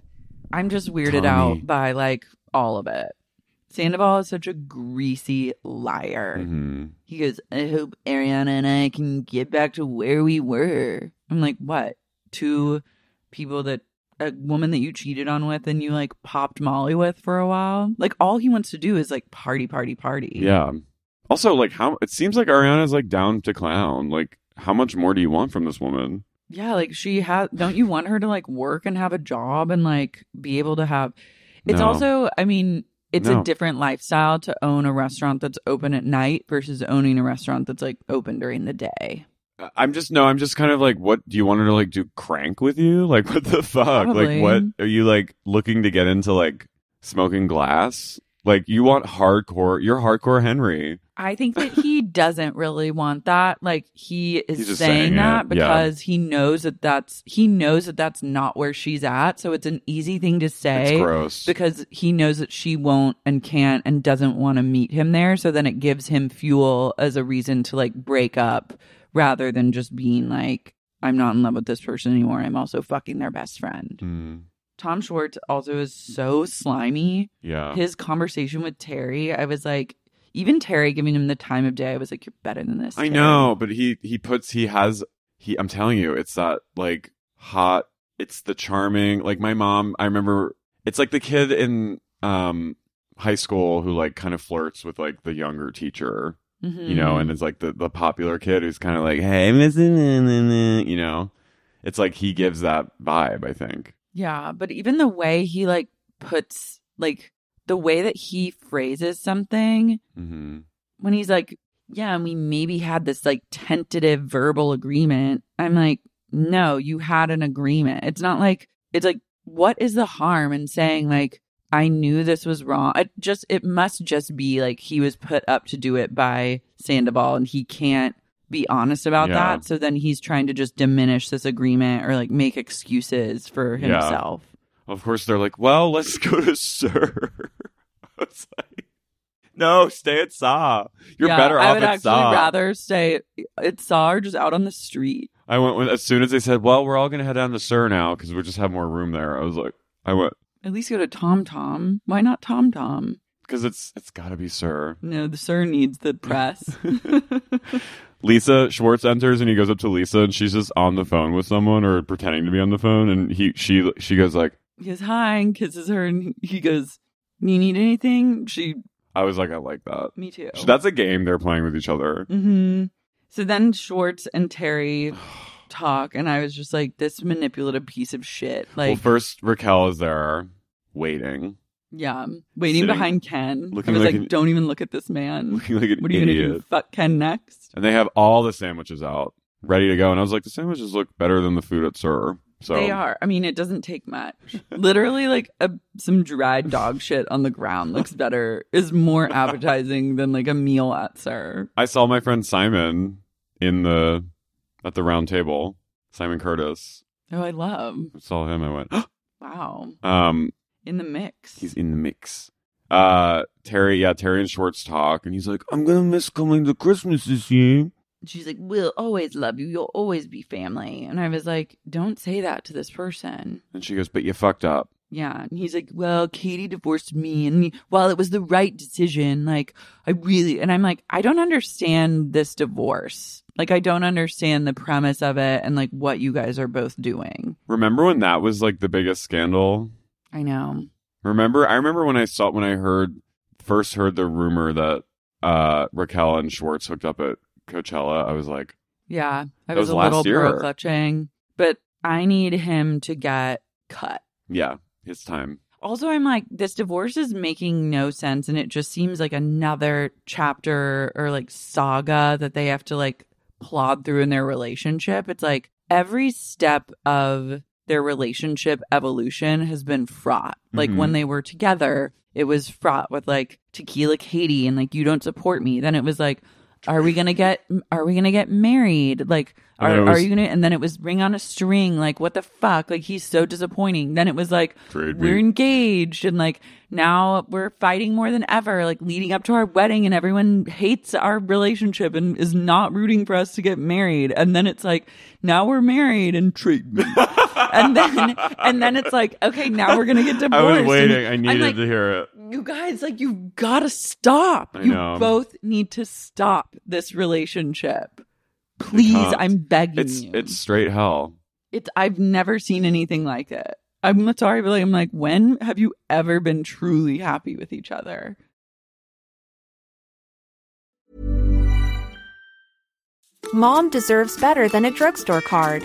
Speaker 2: I'm just weirded
Speaker 4: Tommy.
Speaker 2: out by like all of it. Sandoval is such a greasy liar.
Speaker 4: Mhm.
Speaker 2: He goes, I hope Ariana and I can get back to where we were. I'm like, what? Two people that a woman that you cheated on with and you like popped Molly with for a while. Like all he wants to do is like party, party, party.
Speaker 4: Yeah. Also, like how it seems like Ariana's like down to clown. Like, how much more do you want from this woman?
Speaker 2: Yeah, like she has. Don't you want her to like work and have a job and like be able to have? It's
Speaker 9: No.
Speaker 2: also, I mean, it's
Speaker 9: No.
Speaker 2: a different lifestyle to own a restaurant that's open at night versus owning a restaurant that's like open during the day.
Speaker 4: I- I'm just no, I'm just kind of like, what do you want her to like do crank with you? Like what the fuck?
Speaker 2: Probably.
Speaker 4: Like what are you like looking to get into like smoking glass? Like you want hardcore you're hardcore Henry.
Speaker 2: I think that he doesn't really want that. Like he is saying,
Speaker 4: He's just saying
Speaker 2: that
Speaker 4: it, yeah.
Speaker 2: because he knows that that's he knows that that's not where she's at. So it's an easy thing to say.
Speaker 4: It's gross.
Speaker 2: because he knows that she won't and can't and doesn't want to meet him there. So then it gives him fuel as a reason to like break up rather than just being like, I'm not in love with this person anymore. I'm also fucking their best friend.
Speaker 4: Hmm,
Speaker 2: Tom Schwartz also is so slimy.
Speaker 4: Yeah.
Speaker 2: His conversation with Terry, I was like, even Terry giving him the time of day, I was like, you're better than this.
Speaker 4: I
Speaker 2: Terry."
Speaker 4: know, but he he puts he has he I'm telling you, it's that like hot it's the charming like my mom, I remember it's like the kid in um high school who like kind of flirts with like the younger teacher.
Speaker 2: Mm-hmm.
Speaker 4: You know,
Speaker 11: Mhm.
Speaker 4: and it's like the, the popular kid who's kind of like, hey, Mrs. You know, it's like he gives that vibe, I think.
Speaker 2: Yeah, but even the way he like puts like the way that he phrases something Mm-hmm.
Speaker 4: Mhm.
Speaker 2: when he's like, "Yeah, and we maybe had this like tentative verbal agreement." I'm like, "No, you had an agreement." It's not like it's like what is the harm in saying like I knew this was wrong. It just it must just be like he was put up to do it by Sandoval and he can't be honest about
Speaker 9: Yeah.
Speaker 2: that. So then he's trying to just diminish this agreement or like make excuses for
Speaker 4: Yeah.
Speaker 2: himself.
Speaker 4: Of course, they're like, well, let's go to Sir. I was like, no, stay at Saw. You're
Speaker 2: Yeah,
Speaker 4: better
Speaker 2: I
Speaker 4: off
Speaker 2: would
Speaker 4: at
Speaker 2: actually
Speaker 4: Saw.
Speaker 2: rather stay at Saw or just out on the street.
Speaker 4: I went when, as soon as they said, well, we're all going to head down to Sir now because we just have more room there. I was like, I went,
Speaker 2: At least go to Tom Tom. Why not Tom Tom?
Speaker 4: because it's it's got to be Sir.
Speaker 2: No, the sir needs the press.
Speaker 4: Lisa Schwartz enters and he goes up to Lisa and she's just on the phone with someone or pretending to be on the phone and he she she goes like
Speaker 2: he goes, hi, and kisses her, and he goes, you need anything? She,
Speaker 4: I was like I like that.
Speaker 2: Me too.
Speaker 4: That's a game they're playing with each other.
Speaker 2: hmm So then Schwartz and Terry talk, and I was just like, this manipulative piece of shit. Like,
Speaker 4: well, first Raquel is there waiting,
Speaker 2: yeah, waiting
Speaker 4: sitting-
Speaker 2: behind Ken.
Speaker 4: looking
Speaker 2: I was
Speaker 4: like
Speaker 2: like,
Speaker 4: an-
Speaker 2: don't even look at this man.
Speaker 4: looking like an
Speaker 2: what are you
Speaker 4: idiot.
Speaker 2: gonna do? Fuck Ken next?
Speaker 4: and they have all the sandwiches out, ready to go. And I was like, the sandwiches look better than the food at Sir. So
Speaker 2: They are. I mean, it doesn't take much. Literally, like a, some dried dog shit on the ground looks better, is more appetizing than like a meal at Sir.
Speaker 4: I saw my friend Simon in the at the round table. Simon Curtis.
Speaker 2: Oh, I love.
Speaker 4: I saw him. I went.
Speaker 2: Wow.
Speaker 4: um,
Speaker 2: In the mix.
Speaker 4: He's in the mix. Uh, Terry, yeah, Terry and Schwartz talk, and he's like, "I'm gonna miss coming to Christmas this year."
Speaker 2: She's like, We'll always love you. You'll always be family. And I was like, Don't say that to this person.
Speaker 4: And she goes, "But you fucked up."
Speaker 2: Yeah. And he's like, Well, Katie divorced me. And while it was the right decision, like, I really, and I'm like, I don't understand this divorce. Like, I don't understand the premise of it and like what you guys are both doing.
Speaker 4: Remember when that was like the biggest scandal?
Speaker 2: I know.
Speaker 4: Remember, I remember when I saw when I heard first heard the rumor that uh Raquel and Schwartz hooked up at Coachella. I was like,
Speaker 2: Yeah. I
Speaker 4: That
Speaker 2: was,
Speaker 4: was
Speaker 2: a
Speaker 4: last
Speaker 2: little
Speaker 4: year.
Speaker 2: bro clutching, but I need him to get cut.
Speaker 4: "Yeah, it's time."
Speaker 2: Also, I'm like, this divorce is making no sense. And it just seems like another chapter or like saga that they have to like plod through in their relationship, it's like every step of their relationship evolution has been fraught. Like
Speaker 9: Mhm.
Speaker 2: when they were together, it was fraught with like tequila Katie and like you don't support me. Then it was like, are we gonna get are we gonna get married? Like
Speaker 9: And
Speaker 2: are,
Speaker 9: it
Speaker 2: are
Speaker 9: was-
Speaker 2: you gonna and then it was ring on a string, like what the fuck? Like he's so disappointing. Then it was like
Speaker 9: Trade
Speaker 2: we're
Speaker 9: me.
Speaker 2: engaged and like now we're fighting more than ever, like leading up to our wedding and everyone hates our relationship and is not rooting for us to get married. And then it's like, now we're married and treat me. and then and then it's like, okay, now we're gonna get divorced.
Speaker 4: I was
Speaker 2: And
Speaker 4: waiting. I
Speaker 2: I'm
Speaker 4: needed
Speaker 2: like,
Speaker 4: to hear it.
Speaker 2: you guys, like, you gotta stop.
Speaker 4: I
Speaker 2: you
Speaker 4: know.
Speaker 2: both need to stop this relationship. Please,
Speaker 4: can't.
Speaker 2: I'm begging
Speaker 4: It's
Speaker 2: you.
Speaker 4: it's straight hell.
Speaker 2: It's I've never seen anything like it. I'm sorry, but like, I'm like, when have you ever been truly happy with each other?
Speaker 12: Mom deserves better than a drugstore card.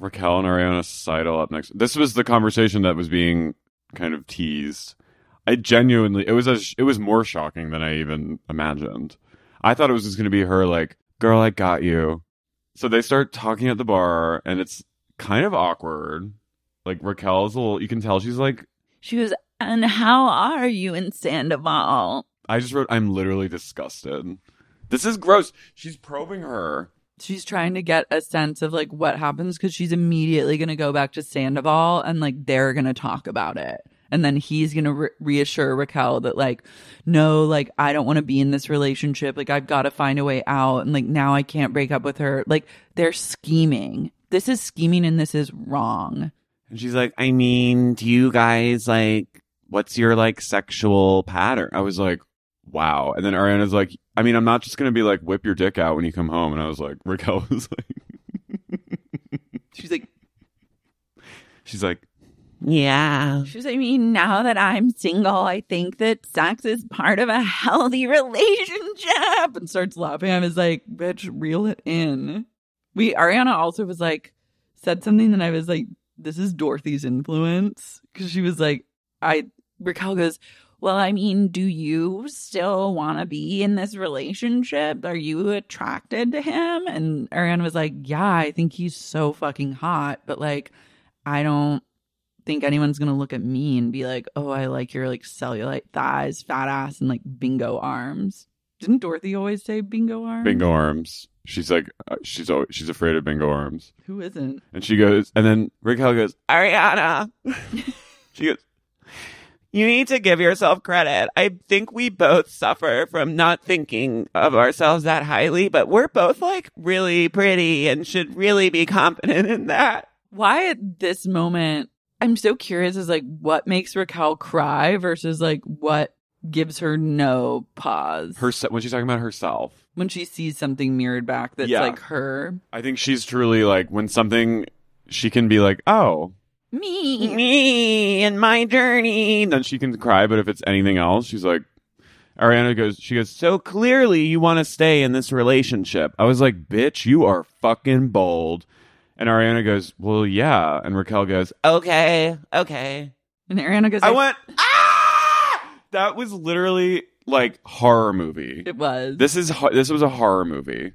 Speaker 4: Raquel and Ariana Seidel up next. This was the conversation that was being kind of teased. I genuinely, it was a, it was more shocking than I even imagined. I thought it was just going to be her like, "Girl, I got you." So they start talking at the bar, and it's kind of awkward. Like Raquel's a little, you can tell she's like,
Speaker 2: She goes, and how are you in Sandoval?
Speaker 4: "I just wrote, I'm literally disgusted. This is gross." She's probing her.
Speaker 2: She's trying to get a sense of like what happens because she's immediately going to go back to Sandoval and like they're going to talk about it. And then he's going to re- reassure Raquel that like, no, like I don't want to be in this relationship. Like I've got to find a way out. And like now I can't break up with her. Like they're scheming. This is scheming and this is wrong.
Speaker 11: And she's like, I mean, do you guys like what's your like sexual pattern? I was like,
Speaker 4: Wow. And then Ariana's like, I mean, I'm not just going to be like, whip your dick out when you come home. And I was like, Raquel was like,
Speaker 2: She's like,
Speaker 4: she's like,
Speaker 11: Yeah.
Speaker 9: She's, I mean, now that I'm single, I think that sex is part of a healthy relationship.
Speaker 2: up and starts laughing. I was like, bitch, reel it in. We Ariana also was like, said something that I was like, this is Dorothy's influence. Cause she was like, I Raquel goes,
Speaker 9: Well, I mean, do you still want to be in this relationship? Are you attracted to him?
Speaker 2: and Ariana was like, Yeah, I think he's so fucking hot, but like, I don't think anyone's gonna look at me and be like, Oh, I like your like cellulite thighs, fat ass, and like bingo arms. Didn't Dorothy always say bingo arms?
Speaker 4: bingo arms. She's like, uh, she's always, she's afraid of bingo arms.
Speaker 2: Who isn't?
Speaker 4: And she goes, and then Raquel goes,
Speaker 10: Ariana,
Speaker 4: she goes,
Speaker 10: you need to give yourself credit. I think we both suffer from not thinking of ourselves that highly, but we're both like really pretty and should really be confident in that.
Speaker 2: why at this moment i'm so curious is like what makes raquel cry versus like what gives her no pause
Speaker 4: her, se- when she's talking about herself,
Speaker 2: when she sees something mirrored back that's
Speaker 4: Yeah.
Speaker 2: like her
Speaker 4: I think she's truly like, when something, she can be like, oh,
Speaker 10: Me, me, and my journey.
Speaker 4: then she can cry. But if it's anything else, she's like, Ariana goes, she goes, so clearly you want to stay in this relationship. I was like, bitch, you are fucking bold. And Ariana goes, well, yeah. And Raquel goes,
Speaker 10: Okay, okay.
Speaker 2: And Ariana goes,
Speaker 4: I went, "Ah!" that was literally like horror movie.
Speaker 2: It was.
Speaker 4: This is ho- this was a horror movie.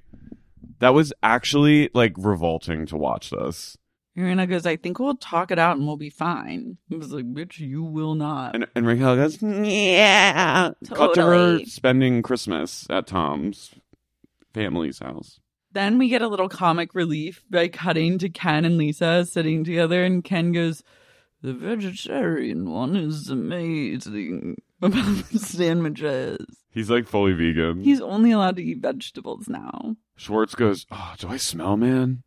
Speaker 4: That was actually like revolting to watch this.
Speaker 2: Irina goes, I think we'll talk it out and we'll be fine. I was like, bitch, you will not.
Speaker 4: And and Raquel goes,
Speaker 10: Yeah.
Speaker 4: cut to her spending Christmas at Tom's family's house.
Speaker 2: Then we get a little comic relief by cutting to Ken and Lisa sitting together, and Ken goes, The vegetarian one is amazing about the sandwiches.
Speaker 4: He's like fully vegan.
Speaker 2: He's only allowed to eat vegetables now.
Speaker 4: Schwartz goes, oh, do I smell, man?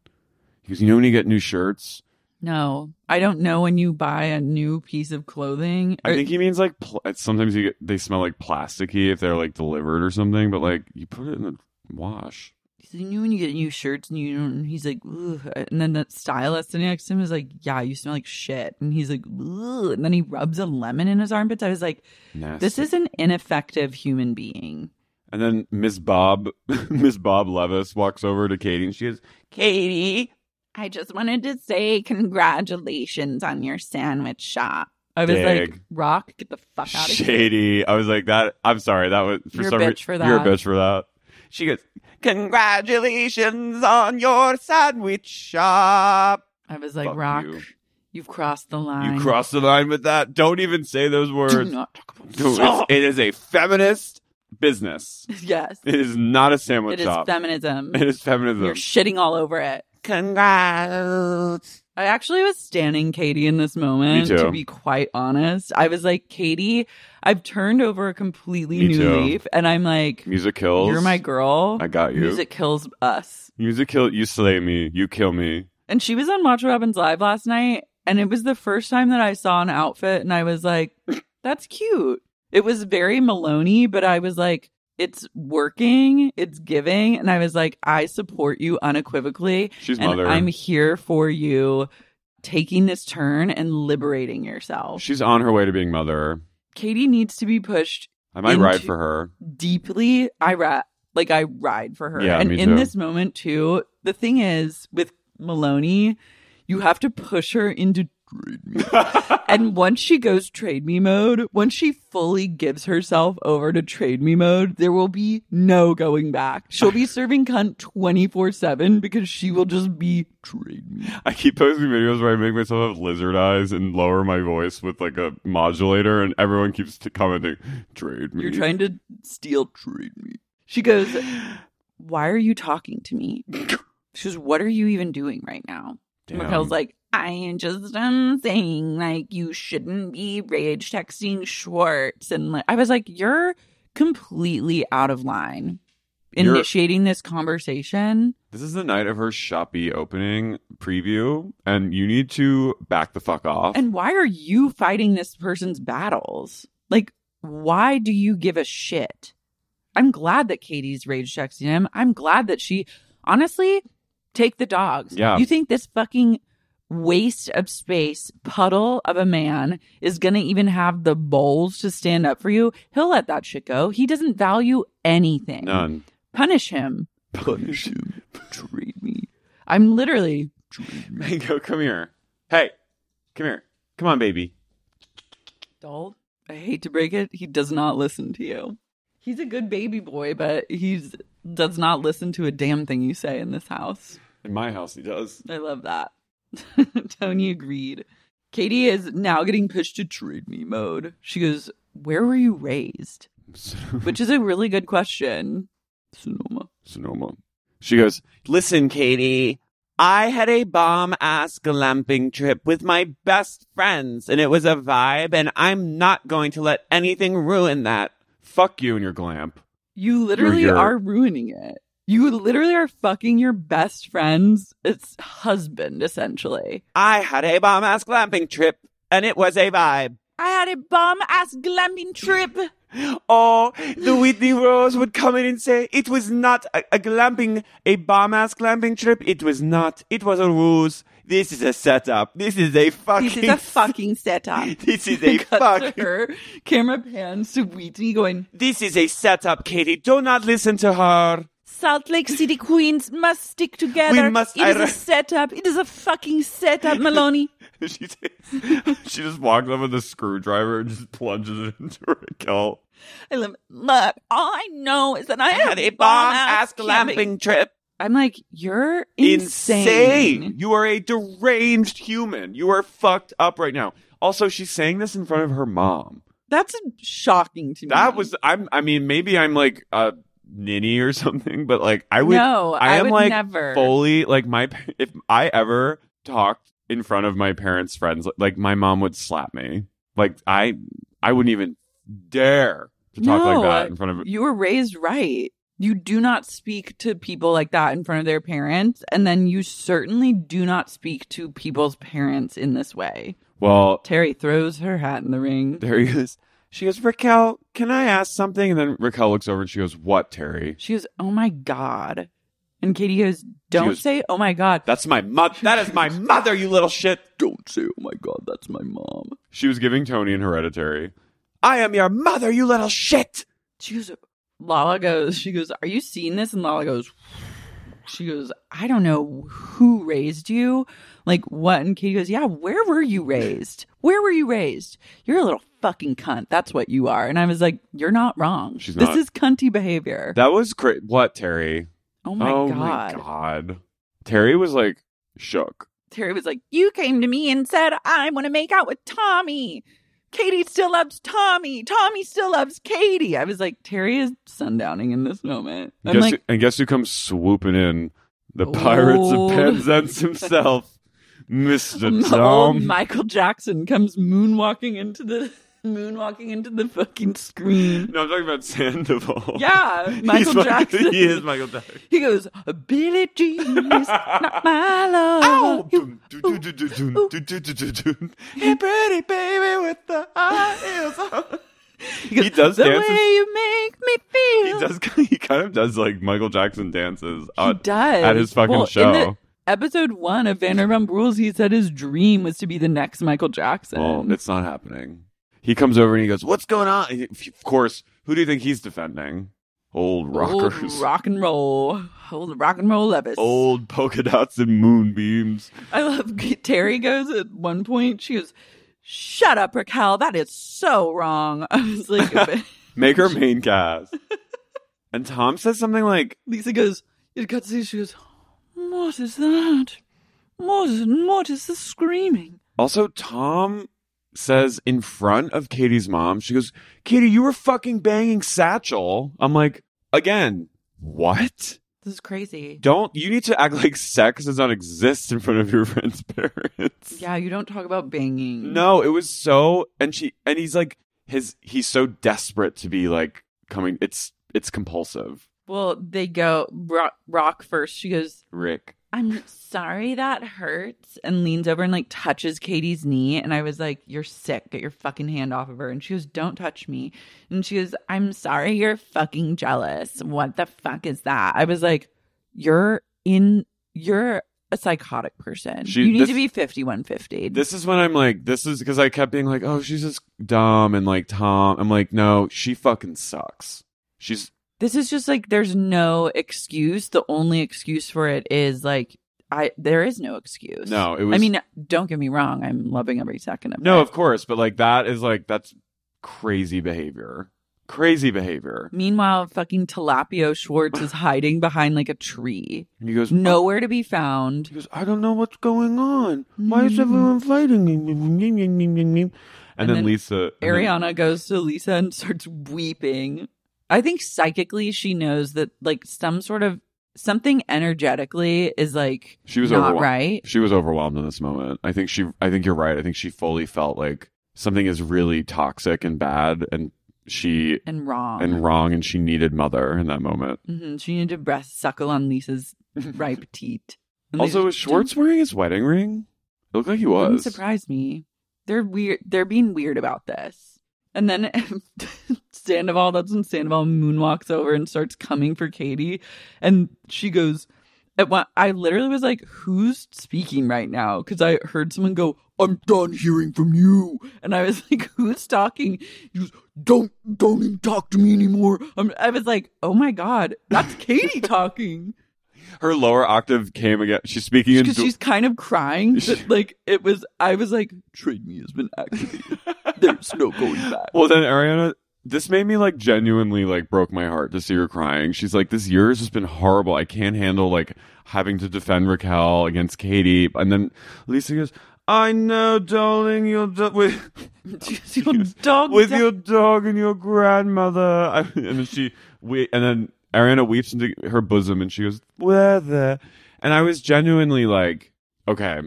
Speaker 4: He goes, you know when you get new shirts,
Speaker 2: No, I don't know when you buy a new piece of clothing.
Speaker 4: I think he means like pl- uh, sometimes you get, they smell like plasticky if they're like delivered or something, but like you put it in the wash.
Speaker 2: you know when you get new shirts and you don't, he's like, Ugh. and then the stylist next to him is like, yeah, you smell like shit, and he's like, Ugh. and then he rubs a lemon in his armpits. I was like,
Speaker 4: Nasty.
Speaker 2: this is an ineffective human being.
Speaker 4: And then Miss Bob, Miss Bob Levis walks over to Katie and she goes,
Speaker 9: Katie, I just wanted to say congratulations on your sandwich shop.
Speaker 2: I was like,
Speaker 4: Dig.
Speaker 2: Rock, get the fuck out of here.
Speaker 4: "Shady." I was like, "That." I'm sorry. That was for
Speaker 2: You're a
Speaker 4: some reason.
Speaker 2: bitch for
Speaker 4: You're a
Speaker 2: that.
Speaker 4: bitch for that. She goes,
Speaker 10: Congratulations on your sandwich shop.
Speaker 2: I was like,
Speaker 4: Fuck
Speaker 2: Rock,
Speaker 4: you.
Speaker 2: you. have crossed the line.
Speaker 4: "You crossed the line with that. Don't even say those words."
Speaker 2: not
Speaker 4: No, it's, it is a feminist business.
Speaker 2: yes.
Speaker 4: It is not a sandwich
Speaker 2: It is
Speaker 4: shop.
Speaker 2: feminism.
Speaker 4: It is feminism.
Speaker 2: You're shitting all over it. Congrats. I actually was standing Katie in this moment,
Speaker 4: Me too.
Speaker 2: to be quite honest. I was like, Katie, I've turned over a completely
Speaker 4: Me
Speaker 2: new
Speaker 4: too.
Speaker 2: leaf. And I'm like,
Speaker 4: Music kills.
Speaker 2: You're my girl.
Speaker 4: I got you.
Speaker 2: Music kills us.
Speaker 4: Music kill. You slay me. You kill me.
Speaker 2: And she was on Macho Robbins Live last night. And it was the first time that I saw an outfit and I was like, that's cute. It was very Maloney, but I was like, it's working, it's giving. And I was like, I support you unequivocally.
Speaker 4: She's
Speaker 2: and
Speaker 4: mother.
Speaker 2: I'm here for you taking this turn and liberating yourself.
Speaker 4: She's on her way to being mother.
Speaker 2: Katie needs to be pushed
Speaker 4: I might ride
Speaker 2: Into-
Speaker 4: for her.
Speaker 2: deeply I rat like I ride for her.
Speaker 4: Yeah,
Speaker 2: and
Speaker 4: me
Speaker 2: in
Speaker 4: too.
Speaker 2: this moment too, the thing is with Maloney, you have to push her into trade me. and once she goes trade me mode, once she fully gives herself over to trade me mode, there will be no going back. She'll be serving cunt 24/7 because she will just be trade me.
Speaker 4: I keep posting videos where I make myself have lizard eyes and lower my voice with like a modulator, and everyone keeps t- commenting, "Trade me."
Speaker 2: You're trying to steal trade me. She goes, Why are you talking to me? She goes, What are you even doing right now?
Speaker 9: Damn.
Speaker 2: Mikhail's like,
Speaker 9: I just am saying, like, you shouldn't be rage texting Schwartz. And like,
Speaker 2: I was like, You're completely out of line
Speaker 4: You're-
Speaker 2: initiating this conversation.
Speaker 4: This is the night of her Shopee opening preview, and you need to back the fuck off.
Speaker 2: And why are you fighting this person's battles? Like, why do you give a shit? I'm glad that Katie's rage texting him. I'm glad that she, honestly, take the dogs.
Speaker 9: Yeah.
Speaker 2: You think this fucking waste of space puddle of a man is going to even have the balls to stand up for you? He'll let that shit go. He doesn't value anything.
Speaker 4: None.
Speaker 2: Punish him.
Speaker 4: Punish him.
Speaker 2: Treat me. I'm literally
Speaker 4: Mango, come here. Hey, come here. Come on, baby.
Speaker 2: Dold, I hate to break it, he does not listen to you. He's a good baby boy, but he's does not listen to a damn thing you say in this house.
Speaker 4: In my house, he does.
Speaker 2: I love that. Tony agreed. Katie is now getting pushed to trade me mode. She goes, "Where were you raised?" Which is a really good question. Sonoma.
Speaker 4: Sonoma. She goes,
Speaker 10: Listen, Katie, I had a bomb ass glamping trip with my best friends, and it was a vibe, and I'm not going to let anything ruin that.
Speaker 4: Fuck you and your glamp.
Speaker 2: You literally
Speaker 4: you're-
Speaker 2: are ruining it. You literally are fucking your best friend's it's husband essentially.
Speaker 10: I had a bomb ass glamping trip, and it was a vibe.
Speaker 9: I had a bum ass glamping trip.
Speaker 10: Oh, the Whitney Rose would come in and say, It was not a, a glamping, a bomb ass glamping trip. It was not. It was a ruse. This is a setup. This is a fucking.
Speaker 9: This is a fucking setup.
Speaker 10: This is a
Speaker 2: fuck. Her camera pans to Wheatley going,
Speaker 10: This is a setup, Katie. Do not listen to her.
Speaker 9: Salt Lake City Queens must stick together.
Speaker 10: We must-
Speaker 9: It is
Speaker 10: I-
Speaker 9: a setup. It is a fucking setup, Maloney.
Speaker 4: she, she just walks up with a screwdriver and just plunges it into her kilt.
Speaker 9: I love Look, all I know is that I
Speaker 10: had a bomb-ass glamping trip.
Speaker 2: I'm like, you're
Speaker 4: insane.
Speaker 2: insane.
Speaker 4: You are a deranged human. You are fucked up right now. Also, she's saying this in front of her mom.
Speaker 2: That's shocking to me.
Speaker 4: That was I'm I mean, maybe I'm like a ninny or something, but like I would
Speaker 2: No,
Speaker 4: I,
Speaker 2: I
Speaker 4: am
Speaker 2: would
Speaker 4: like
Speaker 2: never.
Speaker 4: fully like my pa- if I ever talked in front of my parents' friends, like my mom would slap me. Like I I wouldn't even dare to talk
Speaker 2: no,
Speaker 4: like that in front of
Speaker 2: you were raised right. You do not speak to people like that in front of their parents. And then you certainly do not speak to people's parents in this way.
Speaker 4: Well,
Speaker 2: Terry throws her hat in the ring.
Speaker 4: There he is. She goes, Raquel, can I ask something? And then Raquel looks over and she goes, What, Terry?
Speaker 2: She goes, Oh my God. And Katie goes, Don't
Speaker 4: goes,
Speaker 2: say, Oh my God.
Speaker 4: That's my mother. That is my mother, you little shit.
Speaker 2: Don't say, Oh my God, that's my mom.
Speaker 4: She was giving Tony in hereditary.
Speaker 2: I am your mother, you little shit. She goes, Lala goes, She goes, Are you seeing this? And Lala goes, She goes, I don't know who raised you. Like, what? And Katie goes, Yeah, where were you raised? Where were you raised? You're a little fucking cunt. That's what you are. And I was like, You're not wrong.
Speaker 4: She's
Speaker 2: this
Speaker 4: not.
Speaker 2: is cunty behavior.
Speaker 4: That was great. What, Terry?
Speaker 2: Oh my
Speaker 4: my
Speaker 2: God.
Speaker 4: God. Terry was like shook.
Speaker 2: Terry was like,
Speaker 9: You came to me and said, I want to make out with Tommy.
Speaker 2: Katie still loves Tommy. Tommy still loves Katie. I was like, Terry is sundowning in this moment. I'm
Speaker 4: Guess
Speaker 2: like,
Speaker 4: who- and guess who comes swooping in? The Pirates of
Speaker 2: Old-
Speaker 4: Penzance himself, Mr.
Speaker 2: old
Speaker 4: Tom.
Speaker 2: Michael Jackson comes moonwalking into the moonwalking into the fucking screen.
Speaker 4: No, I'm talking about Sandoval.
Speaker 2: Yeah,
Speaker 4: He's
Speaker 2: Michael Jackson.
Speaker 4: He is Michael Jackson.
Speaker 2: He goes, Billy Jean is not my love.
Speaker 3: Hey, pretty baby with the high heels on.
Speaker 4: He, does
Speaker 3: the
Speaker 4: dance.
Speaker 3: way you make me feel.
Speaker 4: He does. He kind of does like Michael Jackson dances.
Speaker 2: He
Speaker 4: at-
Speaker 2: does.
Speaker 4: at his fucking
Speaker 2: Well, in
Speaker 4: show.
Speaker 2: the episode one of Vanderpump Rules, he said his dream was to be the next Michael Jackson.
Speaker 4: Well, it's not happening. He comes over and he goes, "What's going on?" And he- Of course, who do you think he's defending? Old rockers,
Speaker 2: Old rock and roll. Old rock and roll Levis.
Speaker 4: old polka dots and moonbeams.
Speaker 2: I love Terry goes at one point, she goes, Shut up, Raquel. That is so wrong. I was like,
Speaker 4: Make her main cast. and Tom says something like,
Speaker 2: Lisa goes, It got to see, she goes, What is that? What is, what is the screaming?
Speaker 4: Also, Tom says in front of Katie's mom, she goes, Katie, you were fucking banging Satchel. I'm like, again, what?
Speaker 2: This is crazy.
Speaker 4: Don't you need to act like sex does not exist in front of your friend's parents?
Speaker 2: Yeah, you don't talk about banging.
Speaker 4: No, it was so and she and he's like his he's so desperate to be like coming it's it's compulsive.
Speaker 2: Well, they go rock, rock first. She goes,
Speaker 4: Rick.
Speaker 2: I'm sorry that hurts, and leans over and like touches Katie's knee. And I was like, You're sick. Get your fucking hand off of her. And she goes, Don't touch me. And she goes, I'm sorry you're fucking jealous. What the fuck is that? I was like, You're in, you're a psychotic person.
Speaker 4: She-
Speaker 2: you need
Speaker 4: this-
Speaker 2: to be 5150.
Speaker 4: This is when I'm like, this is because I kept being like, oh, she's just dumb and like Tom. I'm like, no, she fucking sucks. She's
Speaker 2: This is just like there's no excuse. The only excuse for it is like I there is no excuse.
Speaker 4: No, it was-
Speaker 2: I mean, don't get me wrong. I'm loving every second of it.
Speaker 4: No, of course, but like that is like that's crazy behavior. Crazy behavior.
Speaker 2: Meanwhile, fucking Tilapio Schwartz is hiding behind like a tree.
Speaker 4: And he goes "Oh,"
Speaker 2: nowhere to be found.
Speaker 4: He goes, I don't know what's going on. Why is everyone fighting? Mm-hmm. And, then,
Speaker 2: then
Speaker 4: Lisa and then-
Speaker 2: Ariana goes to Lisa and starts weeping. I think psychically she knows that like some sort of something energetically is like
Speaker 4: she was
Speaker 2: not
Speaker 4: overwhelmed.
Speaker 2: right.
Speaker 4: She was overwhelmed in this moment. I think she I think you're right. I think she fully felt like something is really toxic and bad and she
Speaker 2: And wrong.
Speaker 4: and wrong and she needed mother in that moment.
Speaker 2: hmm She needed to breast suckle on Lisa's ripe teat. And
Speaker 4: also,
Speaker 2: Lisa-
Speaker 4: is Schwartz wearing his wedding ring? It looked like he
Speaker 2: Wouldn't
Speaker 4: was.
Speaker 2: surprise me. They're weird. They're being weird about this. And then Sandoval, that's when Sandoval moonwalks over and starts coming for Katie. And she goes, at one, I literally was like, who's speaking right now? Because I heard someone go, I'm done hearing from you. And I was like, who's talking? He goes, don't, don't even talk to me anymore. I'm, I was like, oh my God, that's Katie talking.
Speaker 4: Her lower octave came again. She's speaking in
Speaker 2: Because
Speaker 4: du-
Speaker 2: she's kind of crying. But like, it was, I was like, trade me has been activated. There's no going back.
Speaker 4: Well, then Ariana, this made me like genuinely like broke my heart to see her crying. She's like, "This year has just been horrible. I can't handle like having to defend Raquel against Katie." And then Lisa goes, "I know, darling, you're do- with
Speaker 2: your dog
Speaker 4: with your dog and your grandmother." I, and then she we and then Ariana weeps into her bosom and she goes, "Where the?" And I was genuinely like, "Okay."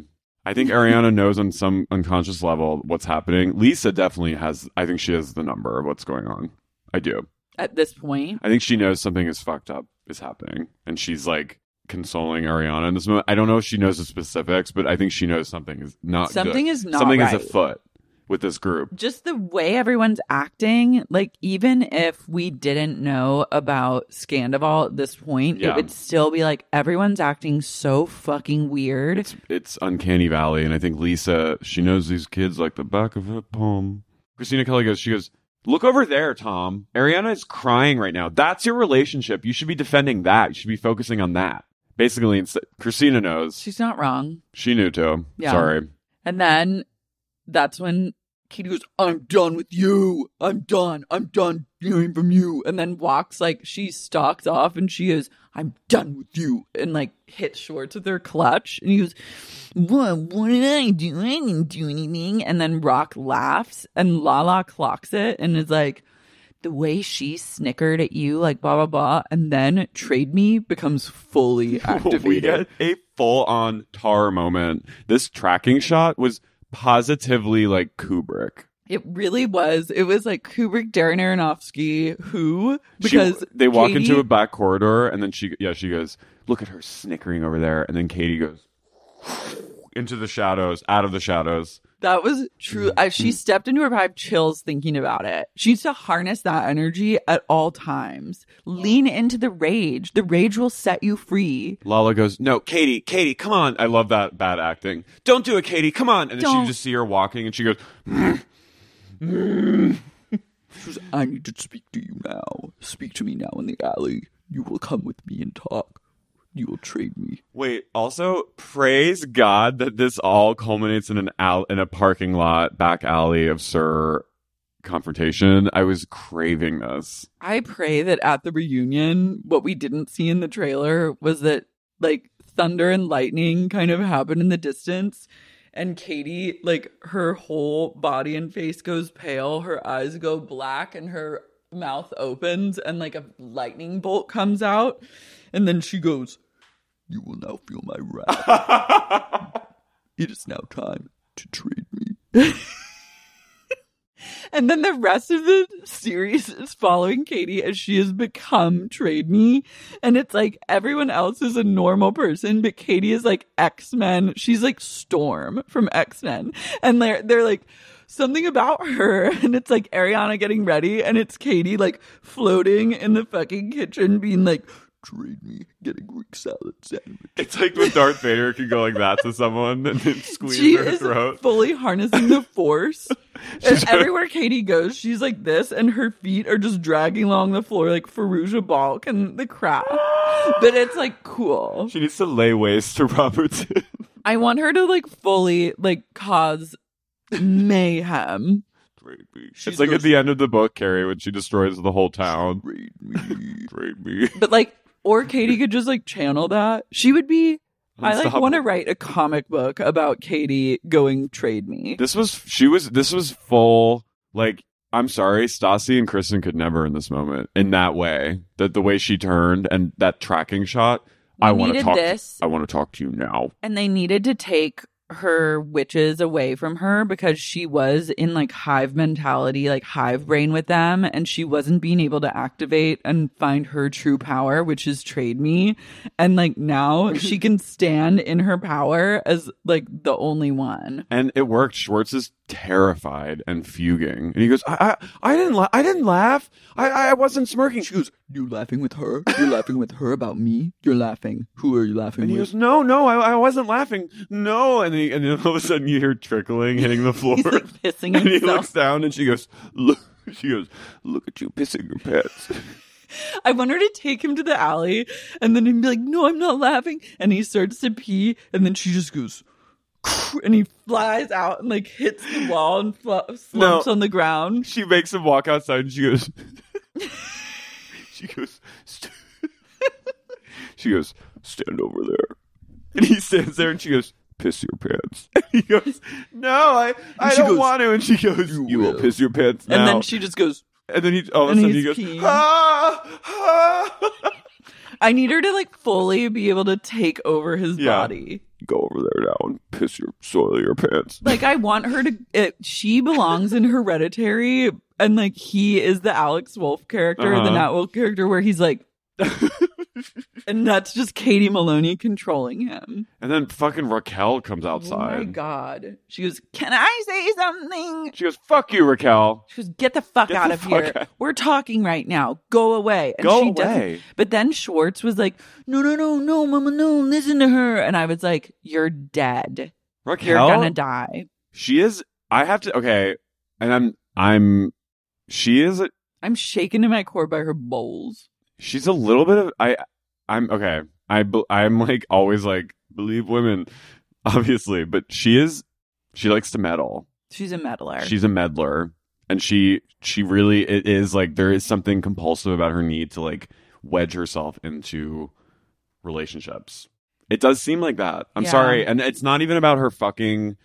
Speaker 4: I think Ariana knows on some unconscious level what's happening. Lisa definitely has, I think she has the number of what's going on. I do.
Speaker 2: at this point.
Speaker 4: I think she knows something is fucked up is happening, and she's like consoling Ariana in this moment. I don't know if she knows the specifics, but I think she knows something is not good.
Speaker 2: Something is not
Speaker 4: something
Speaker 2: right.
Speaker 4: is afoot with this group.
Speaker 2: Just the way everyone's acting, like even if we didn't know about Scandival at this point,
Speaker 4: Yeah.
Speaker 2: it would still be like everyone's acting so fucking weird.
Speaker 4: It's uncanny valley, and I think Lisa she knows these kids like the back of her palm. Christina Kelly goes, she goes, look over there, Tom. Ariana is crying right now. That's your relationship. You should be defending that. You should be focusing on that. Basically, it's, Christina knows.
Speaker 2: She's not wrong.
Speaker 4: she knew too.
Speaker 2: Yeah.
Speaker 4: Sorry.
Speaker 2: And then that's when Katie goes, I'm done with you. I'm done. I'm done hearing from you. And then walks like she stalks off and she is, I'm done with you. And like hits Schwartz with her clutch. And he goes, What, what did I do? I didn't do anything. And then Rock laughs and Lala clocks it and is like, the way she snickered at you, like blah blah blah, and then trade me becomes fully
Speaker 4: we
Speaker 2: activated.
Speaker 4: get a full on tar moment. This tracking shot was positively like Kubrick.
Speaker 2: It really was. It was like Kubrick, Darren Aronofsky, who
Speaker 4: She-
Speaker 2: because
Speaker 4: they walk
Speaker 2: Katie-
Speaker 4: into a back corridor and then she yeah, she goes, "Look at her snickering over there." And then Katie goes into the shadows, out of the shadows.
Speaker 2: that was true. Uh, she stepped into her vibe, chills thinking about it. She needs to harness that energy at all times. Lean into the rage. The rage will set you free.
Speaker 4: Lala goes, "No, Katie, Katie, come on." I love that bad acting. "Don't do it, Katie. Come on." And then
Speaker 2: Don't.
Speaker 4: she just see her walking and she goes,
Speaker 2: She goes, I need to speak to you now. Speak to me now in the alley. You will come with me and talk. You will trade me.
Speaker 4: Wait, also praise God that this all culminates in an al- in a parking lot back alley of Sir confrontation. I was craving this.
Speaker 2: I pray that at the reunion, what we didn't see in the trailer was that like thunder and lightning kind of happen in the distance. And Katie, like her whole body and face goes pale, her eyes go black, and her mouth opens, and like a lightning bolt comes out. And then she goes, You will now feel my wrath. it is now time to trade me. And then the rest of the series is following Katie as she has become Trade Me. And it's like everyone else is a normal person, but Katie is like X Men. She's like Storm from X Men. And they're, they're like, something about her. And it's like Ariana getting ready, and it's Katie like floating in the fucking kitchen, being like, Trade me, get a Greek salad sandwich.
Speaker 4: It's like when Darth Vader could go like that to someone and then squeeze
Speaker 2: She
Speaker 4: their
Speaker 2: is
Speaker 4: throat.
Speaker 2: fully harnessing the force. and everywhere Katie goes, she's like this, and her feet are just dragging along the floor like Faruja Balk and the crowd. but it's like cool.
Speaker 4: She needs to lay waste to Robertson.
Speaker 2: I want her to like fully like cause mayhem.
Speaker 4: it's like at the end of the book, Carrie, when she destroys the whole town. Trade me. Trade me.
Speaker 2: But like, or Katie could just like channel that. She would be. I like
Speaker 4: Unstoppable.
Speaker 2: want to write a comic book about Katie going trade me.
Speaker 4: This was she was this was full like I'm sorry, Stassi and Kristen could never in this moment in that way. That the way she turned and that tracking shot. I want to
Speaker 2: needed
Speaker 4: talk.
Speaker 2: this.
Speaker 4: I want to talk to you now.
Speaker 2: and they needed to take her witches away from her because she was in like hive mentality, like hive brain with them, and she wasn't being able to activate and find her true power, which is trade me. And like now she can stand in her power as like the only one.
Speaker 4: And it worked. Schwartz is terrified and fuging, and he goes, "I, I, I didn't, la- I didn't laugh. I, I I wasn't smirking." She goes,
Speaker 2: You laughing with her? You're laughing with her about me? You're laughing. Who are you laughing
Speaker 4: and he goes, "No, no, I, I wasn't laughing. No." And he, and then all of a sudden, you hear trickling hitting the floor.
Speaker 2: Pissing
Speaker 4: and he
Speaker 2: himself.
Speaker 4: looks down, and she goes, "Look." She goes, "Look at you pissing your pants."
Speaker 2: I want her to take him to the alley and then he'd be like, No, I'm not laughing. And he starts to pee and then she just goes, and he flies out and like hits the wall and fl- slumps on the ground.
Speaker 4: She makes him walk outside and she goes, she goes, "St- she goes, stand over there. And he stands there and she goes, piss your pants. And he goes, no, I, I
Speaker 3: she
Speaker 4: don't
Speaker 3: goes,
Speaker 4: want to. And she goes, you, will piss your pants now.
Speaker 3: And then
Speaker 2: she just goes,
Speaker 4: and then he, all of a
Speaker 3: and
Speaker 4: sudden he
Speaker 3: he's
Speaker 4: goes,
Speaker 3: peeing.
Speaker 4: "Ah, ah."
Speaker 2: I need her to like fully be able to take over his
Speaker 4: Yeah.
Speaker 2: body.
Speaker 4: go over there now and piss your soil your pants.
Speaker 2: Like I want her to. It, she belongs in Hereditary, and like he is the Alex Wolf character, the
Speaker 4: Uh-huh.
Speaker 2: Nat Wolf character, where he's like, and that's just Katie Maloney controlling him.
Speaker 4: And then fucking Raquel comes
Speaker 2: Oh my
Speaker 4: outside.
Speaker 2: god, she goes. Can I say something?
Speaker 4: she goes, "Fuck you, Raquel."
Speaker 2: She goes, "Get the fuck
Speaker 4: Get
Speaker 2: out
Speaker 4: the
Speaker 2: of
Speaker 4: fuck
Speaker 2: here.
Speaker 4: out."
Speaker 2: We're talking right now. Go away."
Speaker 4: Go
Speaker 2: doesn't-
Speaker 4: away.
Speaker 2: But then Schwartz was like, "No, no, no, no, mama, no, listen to her." And I was like, "You're dead. You're
Speaker 4: Raquel?
Speaker 2: gonna die."
Speaker 4: She is. I have to. Okay, and I'm. I'm. She is. A,
Speaker 2: I'm shaken to my core by her bowls.
Speaker 4: she's a little bit of. I. I'm okay. I. be- I'm like always like believe women, obviously, but she is. She likes to meddle.
Speaker 2: She's a meddler.
Speaker 4: She's a meddler, and she she really it is like there is something compulsive about her need to like wedge herself into relationships. It does seem like that. I'm
Speaker 8: Yeah.
Speaker 4: sorry, and it's not even about her fucking.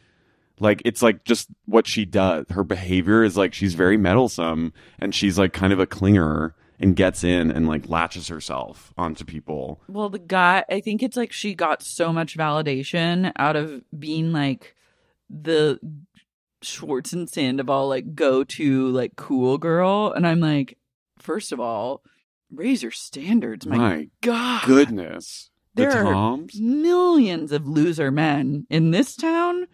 Speaker 4: Like it's like just what she does. Her behavior is like she's very meddlesome, and she's like kind of a clinger and gets in and like latches herself onto people.
Speaker 2: Well, the guy, I think it's like she got so much validation out of being like the Schwartz and Sandoval, like go to like cool girl. And I'm like, first of all, raise your standards. My, God.
Speaker 4: goodness,
Speaker 2: There
Speaker 4: the
Speaker 2: are
Speaker 4: Toms.
Speaker 2: millions of loser men in this town,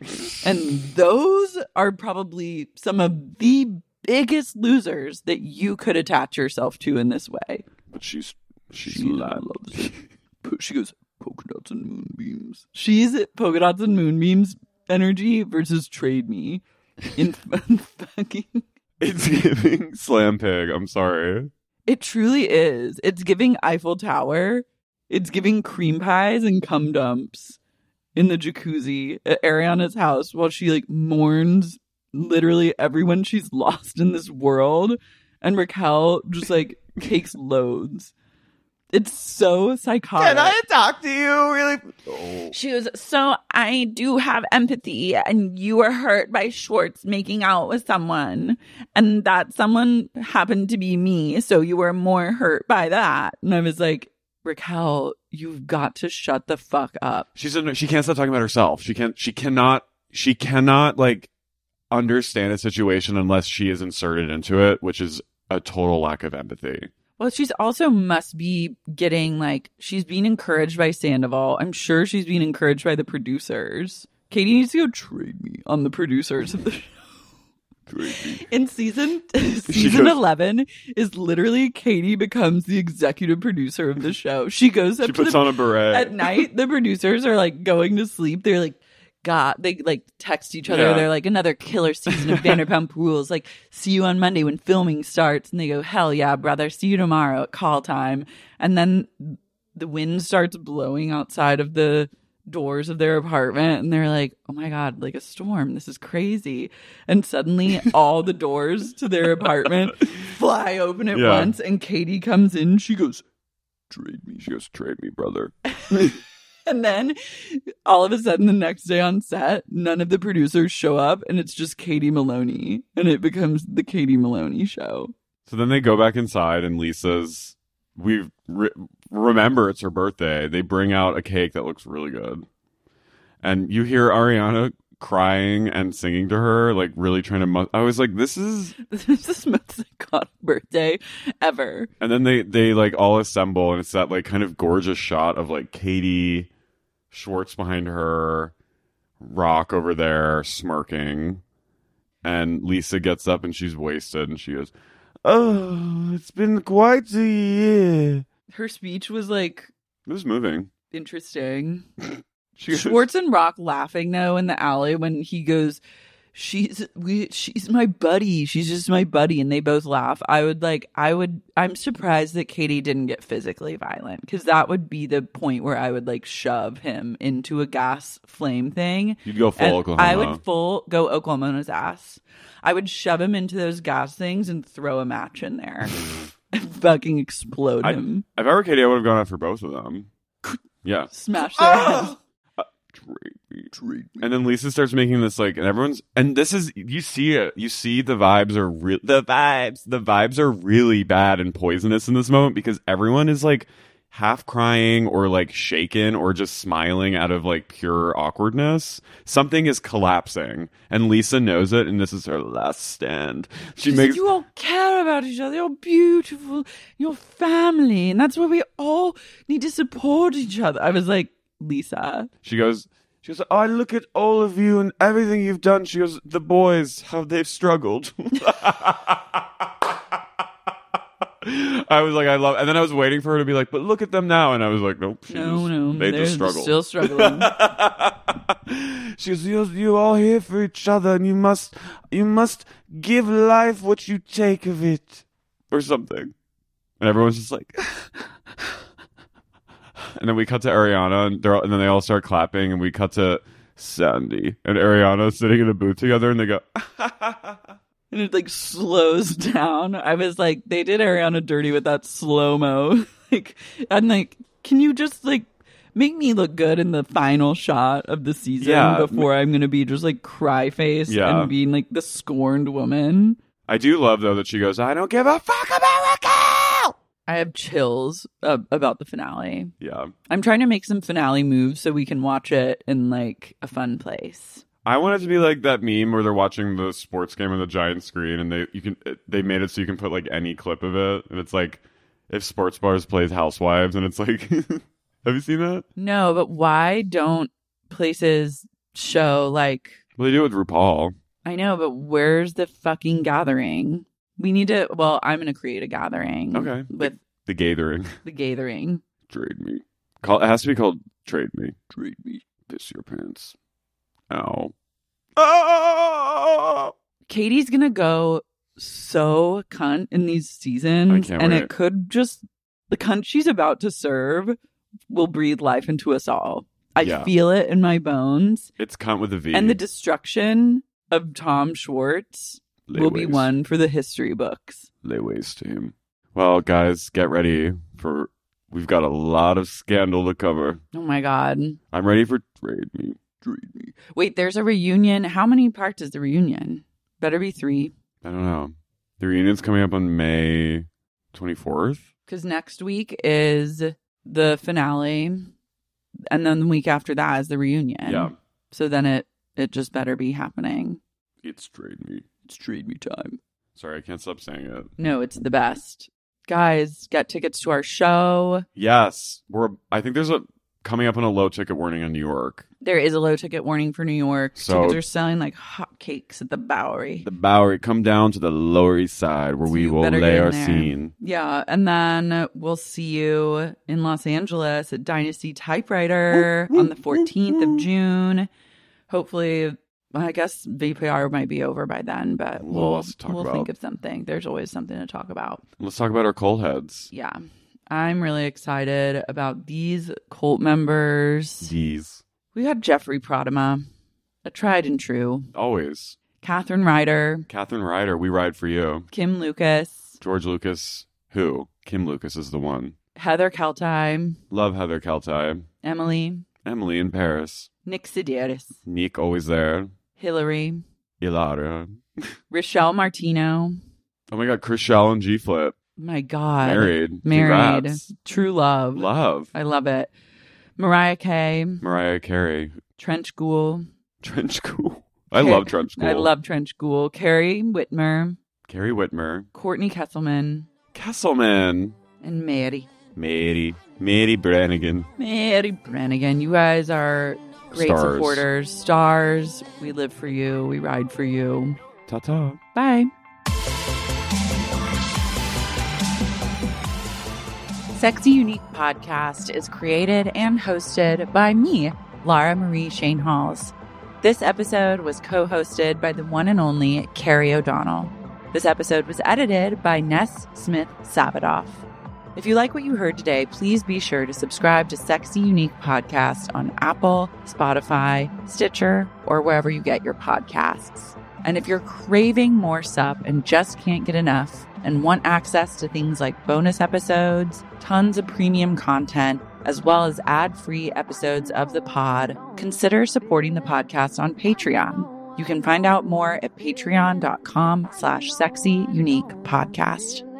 Speaker 2: and those are probably some of the biggest losers that you could attach yourself to in this way.
Speaker 4: But she's she's
Speaker 2: she loves. po- She goes polka dots and moonbeams. She's at polka dots and moonbeams energy versus trade me in fucking.
Speaker 4: It's giving slam pig. I'm sorry.
Speaker 2: It truly is. It's giving Eiffel Tower. It's giving cream pies and cum dumps in the jacuzzi at Ariana's house while she like mourns literally everyone she's lost in this world. And Raquel just like takes loads. It's so psychotic.
Speaker 10: Can I talk to you really?
Speaker 9: She goes, So I do have empathy, and you were hurt by Schwartz making out with someone, and that someone happened to be me, so you were more hurt by that.
Speaker 2: And I was like, Raquel, you've got to shut the fuck up.
Speaker 4: She's in, she can't stop talking about herself. She can't. She cannot. She cannot like understand a situation unless she is inserted into it, which is a total lack of empathy.
Speaker 2: Well, she's also must be getting like she's being encouraged by Sandoval. I'm sure she's being encouraged by the producers. Katie needs to go trade me on the producers of the show. In season season
Speaker 3: goes-
Speaker 2: eleven is literally Katie becomes the executive producer of the show. She goes up
Speaker 4: She
Speaker 2: to
Speaker 4: puts
Speaker 2: the-
Speaker 4: on a beret.
Speaker 2: at night. The producers are like going to sleep. They're like, God, they like text each other.
Speaker 9: Yeah.
Speaker 2: They're like another killer season of Vanderpump Rules. Like, see you on Monday when filming starts. And they go, hell yeah, brother. See you tomorrow at call time. And then the wind starts blowing outside of the doors of their apartment. And they're like, oh my God, like a storm. This is crazy. And suddenly all the doors to their apartment fly open at
Speaker 4: Yeah.
Speaker 2: once. And Katie comes in. She goes,
Speaker 4: Trade me. She goes, trade me, brother.
Speaker 2: And then all of a sudden, the next day on set, none of the producers show up, and it's just Katie Maloney, and it becomes the Katie Maloney show.
Speaker 4: So then they go back inside, and Lisa's. We re- remember it's her birthday. They bring out a cake that looks really good, and you hear Ariana crying and singing to her, like really trying to. Mu- I was like, this is
Speaker 2: This is the most psychotic birthday ever.
Speaker 4: And then they they like all assemble, and it's that like kind of gorgeous shot of like Katie Schwartz behind her, Rock over there smirking, and Lisa gets up and she's wasted, and she goes,
Speaker 8: Oh, it's been quite a year.
Speaker 2: Her speech was like
Speaker 4: "It was moving."
Speaker 2: interesting.
Speaker 4: She goes-
Speaker 2: Schwartz and Rock laughing though in the alley when he goes, "She's we, she's my buddy. She's just my buddy," and they both laugh. I would like, I would, I'm surprised that Katie didn't get physically violent because that would be the point where I would like shove him into a gas flame thing.
Speaker 4: You'd go full
Speaker 2: And I
Speaker 4: Oklahoma.
Speaker 2: would full go Oklahoma's ass. I would shove him into those gas things and throw a match in there, and fucking explode
Speaker 4: I,
Speaker 2: him.
Speaker 4: if I were Katie, I would have gone out for both of them. Yeah,
Speaker 2: Smash their
Speaker 4: Ah!
Speaker 2: heads.
Speaker 4: and then Lisa starts making this like, and everyone's, and this is you see it, you see the vibes are real, the vibes, the vibes are really bad and poisonous in this moment because everyone is like half crying or like shaken or just smiling out of like pure awkwardness, something is collapsing. And Lisa knows it, and this is her last stand. She
Speaker 2: Just,
Speaker 4: makes
Speaker 2: you all care about each other. You're beautiful. You're family, and that's where we all need to support each other. I was like, Lisa,
Speaker 4: she goes,
Speaker 13: She goes, I look at all of you and everything you've done. She goes, the boys, how they've struggled.
Speaker 4: I was like, I love, and then I was waiting for her to be like, but look at them now, and I was like, nope, she
Speaker 2: No,
Speaker 4: just-
Speaker 2: no,
Speaker 4: they
Speaker 2: they're
Speaker 4: just struggle,
Speaker 2: still struggling.
Speaker 13: She goes, you're, you're all here for each other and you must, you must give life what you take of it.
Speaker 4: or something, and everyone's just like, and then we cut to Ariana, and they're all, and then they all start clapping, and we cut to Sandy and Ariana sitting in a booth together, and they go,
Speaker 14: And
Speaker 2: it like slows down. I was like, they did Ariana dirty with that slow mo. like, I'm like, can you just like make me look good in the final shot of the season
Speaker 4: Yeah.
Speaker 2: before I'm gonna be just like cry face
Speaker 4: Yeah.
Speaker 2: and being like the scorned woman?
Speaker 4: I do love though that she goes, I don't give a fuck.
Speaker 2: I have chills uh, about the finale.
Speaker 4: Yeah.
Speaker 2: I'm trying to make some finale moves so we can watch it in like a fun place.
Speaker 4: I want it to be like that meme where they're watching the sports game on the giant screen, and they you can they made it so you can put like any clip of it, and it's like if Sports Bars plays Housewives, and it's like, have you seen that?
Speaker 2: No, but why don't places show like
Speaker 4: Well, they do it with RuPaul.
Speaker 2: I know, but where's the fucking gathering? We need to. Well, I'm going to create a gathering.
Speaker 4: Okay.
Speaker 2: With
Speaker 4: The Gathering.
Speaker 2: the gathering.
Speaker 4: Trade me. Call it has to be called Trade Me.
Speaker 2: Trade me.
Speaker 4: Piss your pants. Ow. Ah!
Speaker 2: Katie's going to go so cunt in these seasons.
Speaker 14: I can't
Speaker 2: and
Speaker 14: wait.
Speaker 2: it could just, the cunt she's about to serve will breathe life into us all. I
Speaker 4: Yeah.
Speaker 2: feel it in my bones.
Speaker 4: It's cunt with a V.
Speaker 2: And the destruction of Tom Schwartz
Speaker 4: Lay
Speaker 2: will be
Speaker 4: waste.
Speaker 2: one for the history books.
Speaker 4: Lay waste to him. Well, guys, get ready for we've got a lot of scandal to cover.
Speaker 2: Oh my God.
Speaker 4: I'm ready for Trade Me. Trade Me.
Speaker 2: Wait, there's a reunion. How many parts is the reunion? Better be three.
Speaker 4: I don't know. The reunion's coming up on May 24th.
Speaker 2: because next week is the finale, and then the week after that is the reunion.
Speaker 4: Yeah.
Speaker 2: So then it it just better be happening.
Speaker 4: It's Trade Me.
Speaker 2: It's Trade Me time.
Speaker 4: Sorry, I can't stop saying it.
Speaker 2: No, it's the best. Guys, get tickets to our show.
Speaker 4: Yes, we're. I think there's a coming up on a low ticket warning in New York.
Speaker 2: There is a low ticket warning for New York.
Speaker 4: So-
Speaker 2: tickets are selling like hotcakes at the Bowery.
Speaker 4: The Bowery, come down to the Lower East Side where we will
Speaker 2: better
Speaker 4: lay
Speaker 2: get in
Speaker 4: our
Speaker 2: there.
Speaker 4: scene.
Speaker 2: Yeah, and then we'll see you in Los Angeles at Dynasty Typewriter on the 14th of June. Hopefully, I guess VPR might be over by then, but
Speaker 4: We'll
Speaker 2: we'll,
Speaker 4: also talk
Speaker 2: we'll
Speaker 4: about-
Speaker 2: think of something. There's always something to talk about.
Speaker 4: Let's talk about our cold heads.
Speaker 2: Yeah, I'm really excited about these cult members.
Speaker 4: These
Speaker 2: We had Jeffrey Prodema, a tried and true,
Speaker 4: always.
Speaker 2: Catherine Ryder,
Speaker 4: Catherine Ryder, we ride for you.
Speaker 2: Kim Lucas,
Speaker 4: George Lucas, who? Kim Lucas is the one.
Speaker 2: Heather Keltime,
Speaker 4: Love Heather Keltai.
Speaker 2: Emily,
Speaker 4: Emily in Paris.
Speaker 2: Nick Sideris,
Speaker 4: Nick always there.
Speaker 2: Hillary.
Speaker 4: Ilara.
Speaker 2: Rochelle Martino.
Speaker 4: Oh my God, Chris Shell and G Flip.
Speaker 2: My God.
Speaker 4: Married.
Speaker 2: Married.
Speaker 4: Congrats.
Speaker 2: True love.
Speaker 4: Love.
Speaker 2: I love it. Mariah Carey.
Speaker 4: Mariah Carey.
Speaker 2: Trench Ghoul.
Speaker 4: Trench Cool. I love Trench Cool.
Speaker 2: I love Trench Ghoul. Carrie Whitmer.
Speaker 4: Carrie Whitmer.
Speaker 2: Courtney Kesselman.
Speaker 4: Kesselman.
Speaker 2: And Mary.
Speaker 4: Mary. Mary Brannigan.
Speaker 2: Mary Brannigan. You guys are great
Speaker 4: Stars.
Speaker 2: supporters. Stars. We live for you. We ride for you.
Speaker 4: Ta ta.
Speaker 2: Bye. Sexy Unique Podcast is created and hosted by me, Lara Marie Shane Halls. This episode was co hosted by the one and only Carrie O'Donnell. This episode was edited by Ness Smith Savadoff. If you like what you heard today, please be sure to subscribe to Sexy Unique Podcast on Apple, Spotify, Stitcher, or wherever you get your podcasts. And if you're craving more sup and just can't get enough and want access to things like bonus episodes, tons of premium content, as well as ad free episodes of the pod, consider supporting the podcast on Patreon. You can find out more at patreon.com slash sexy unique podcast.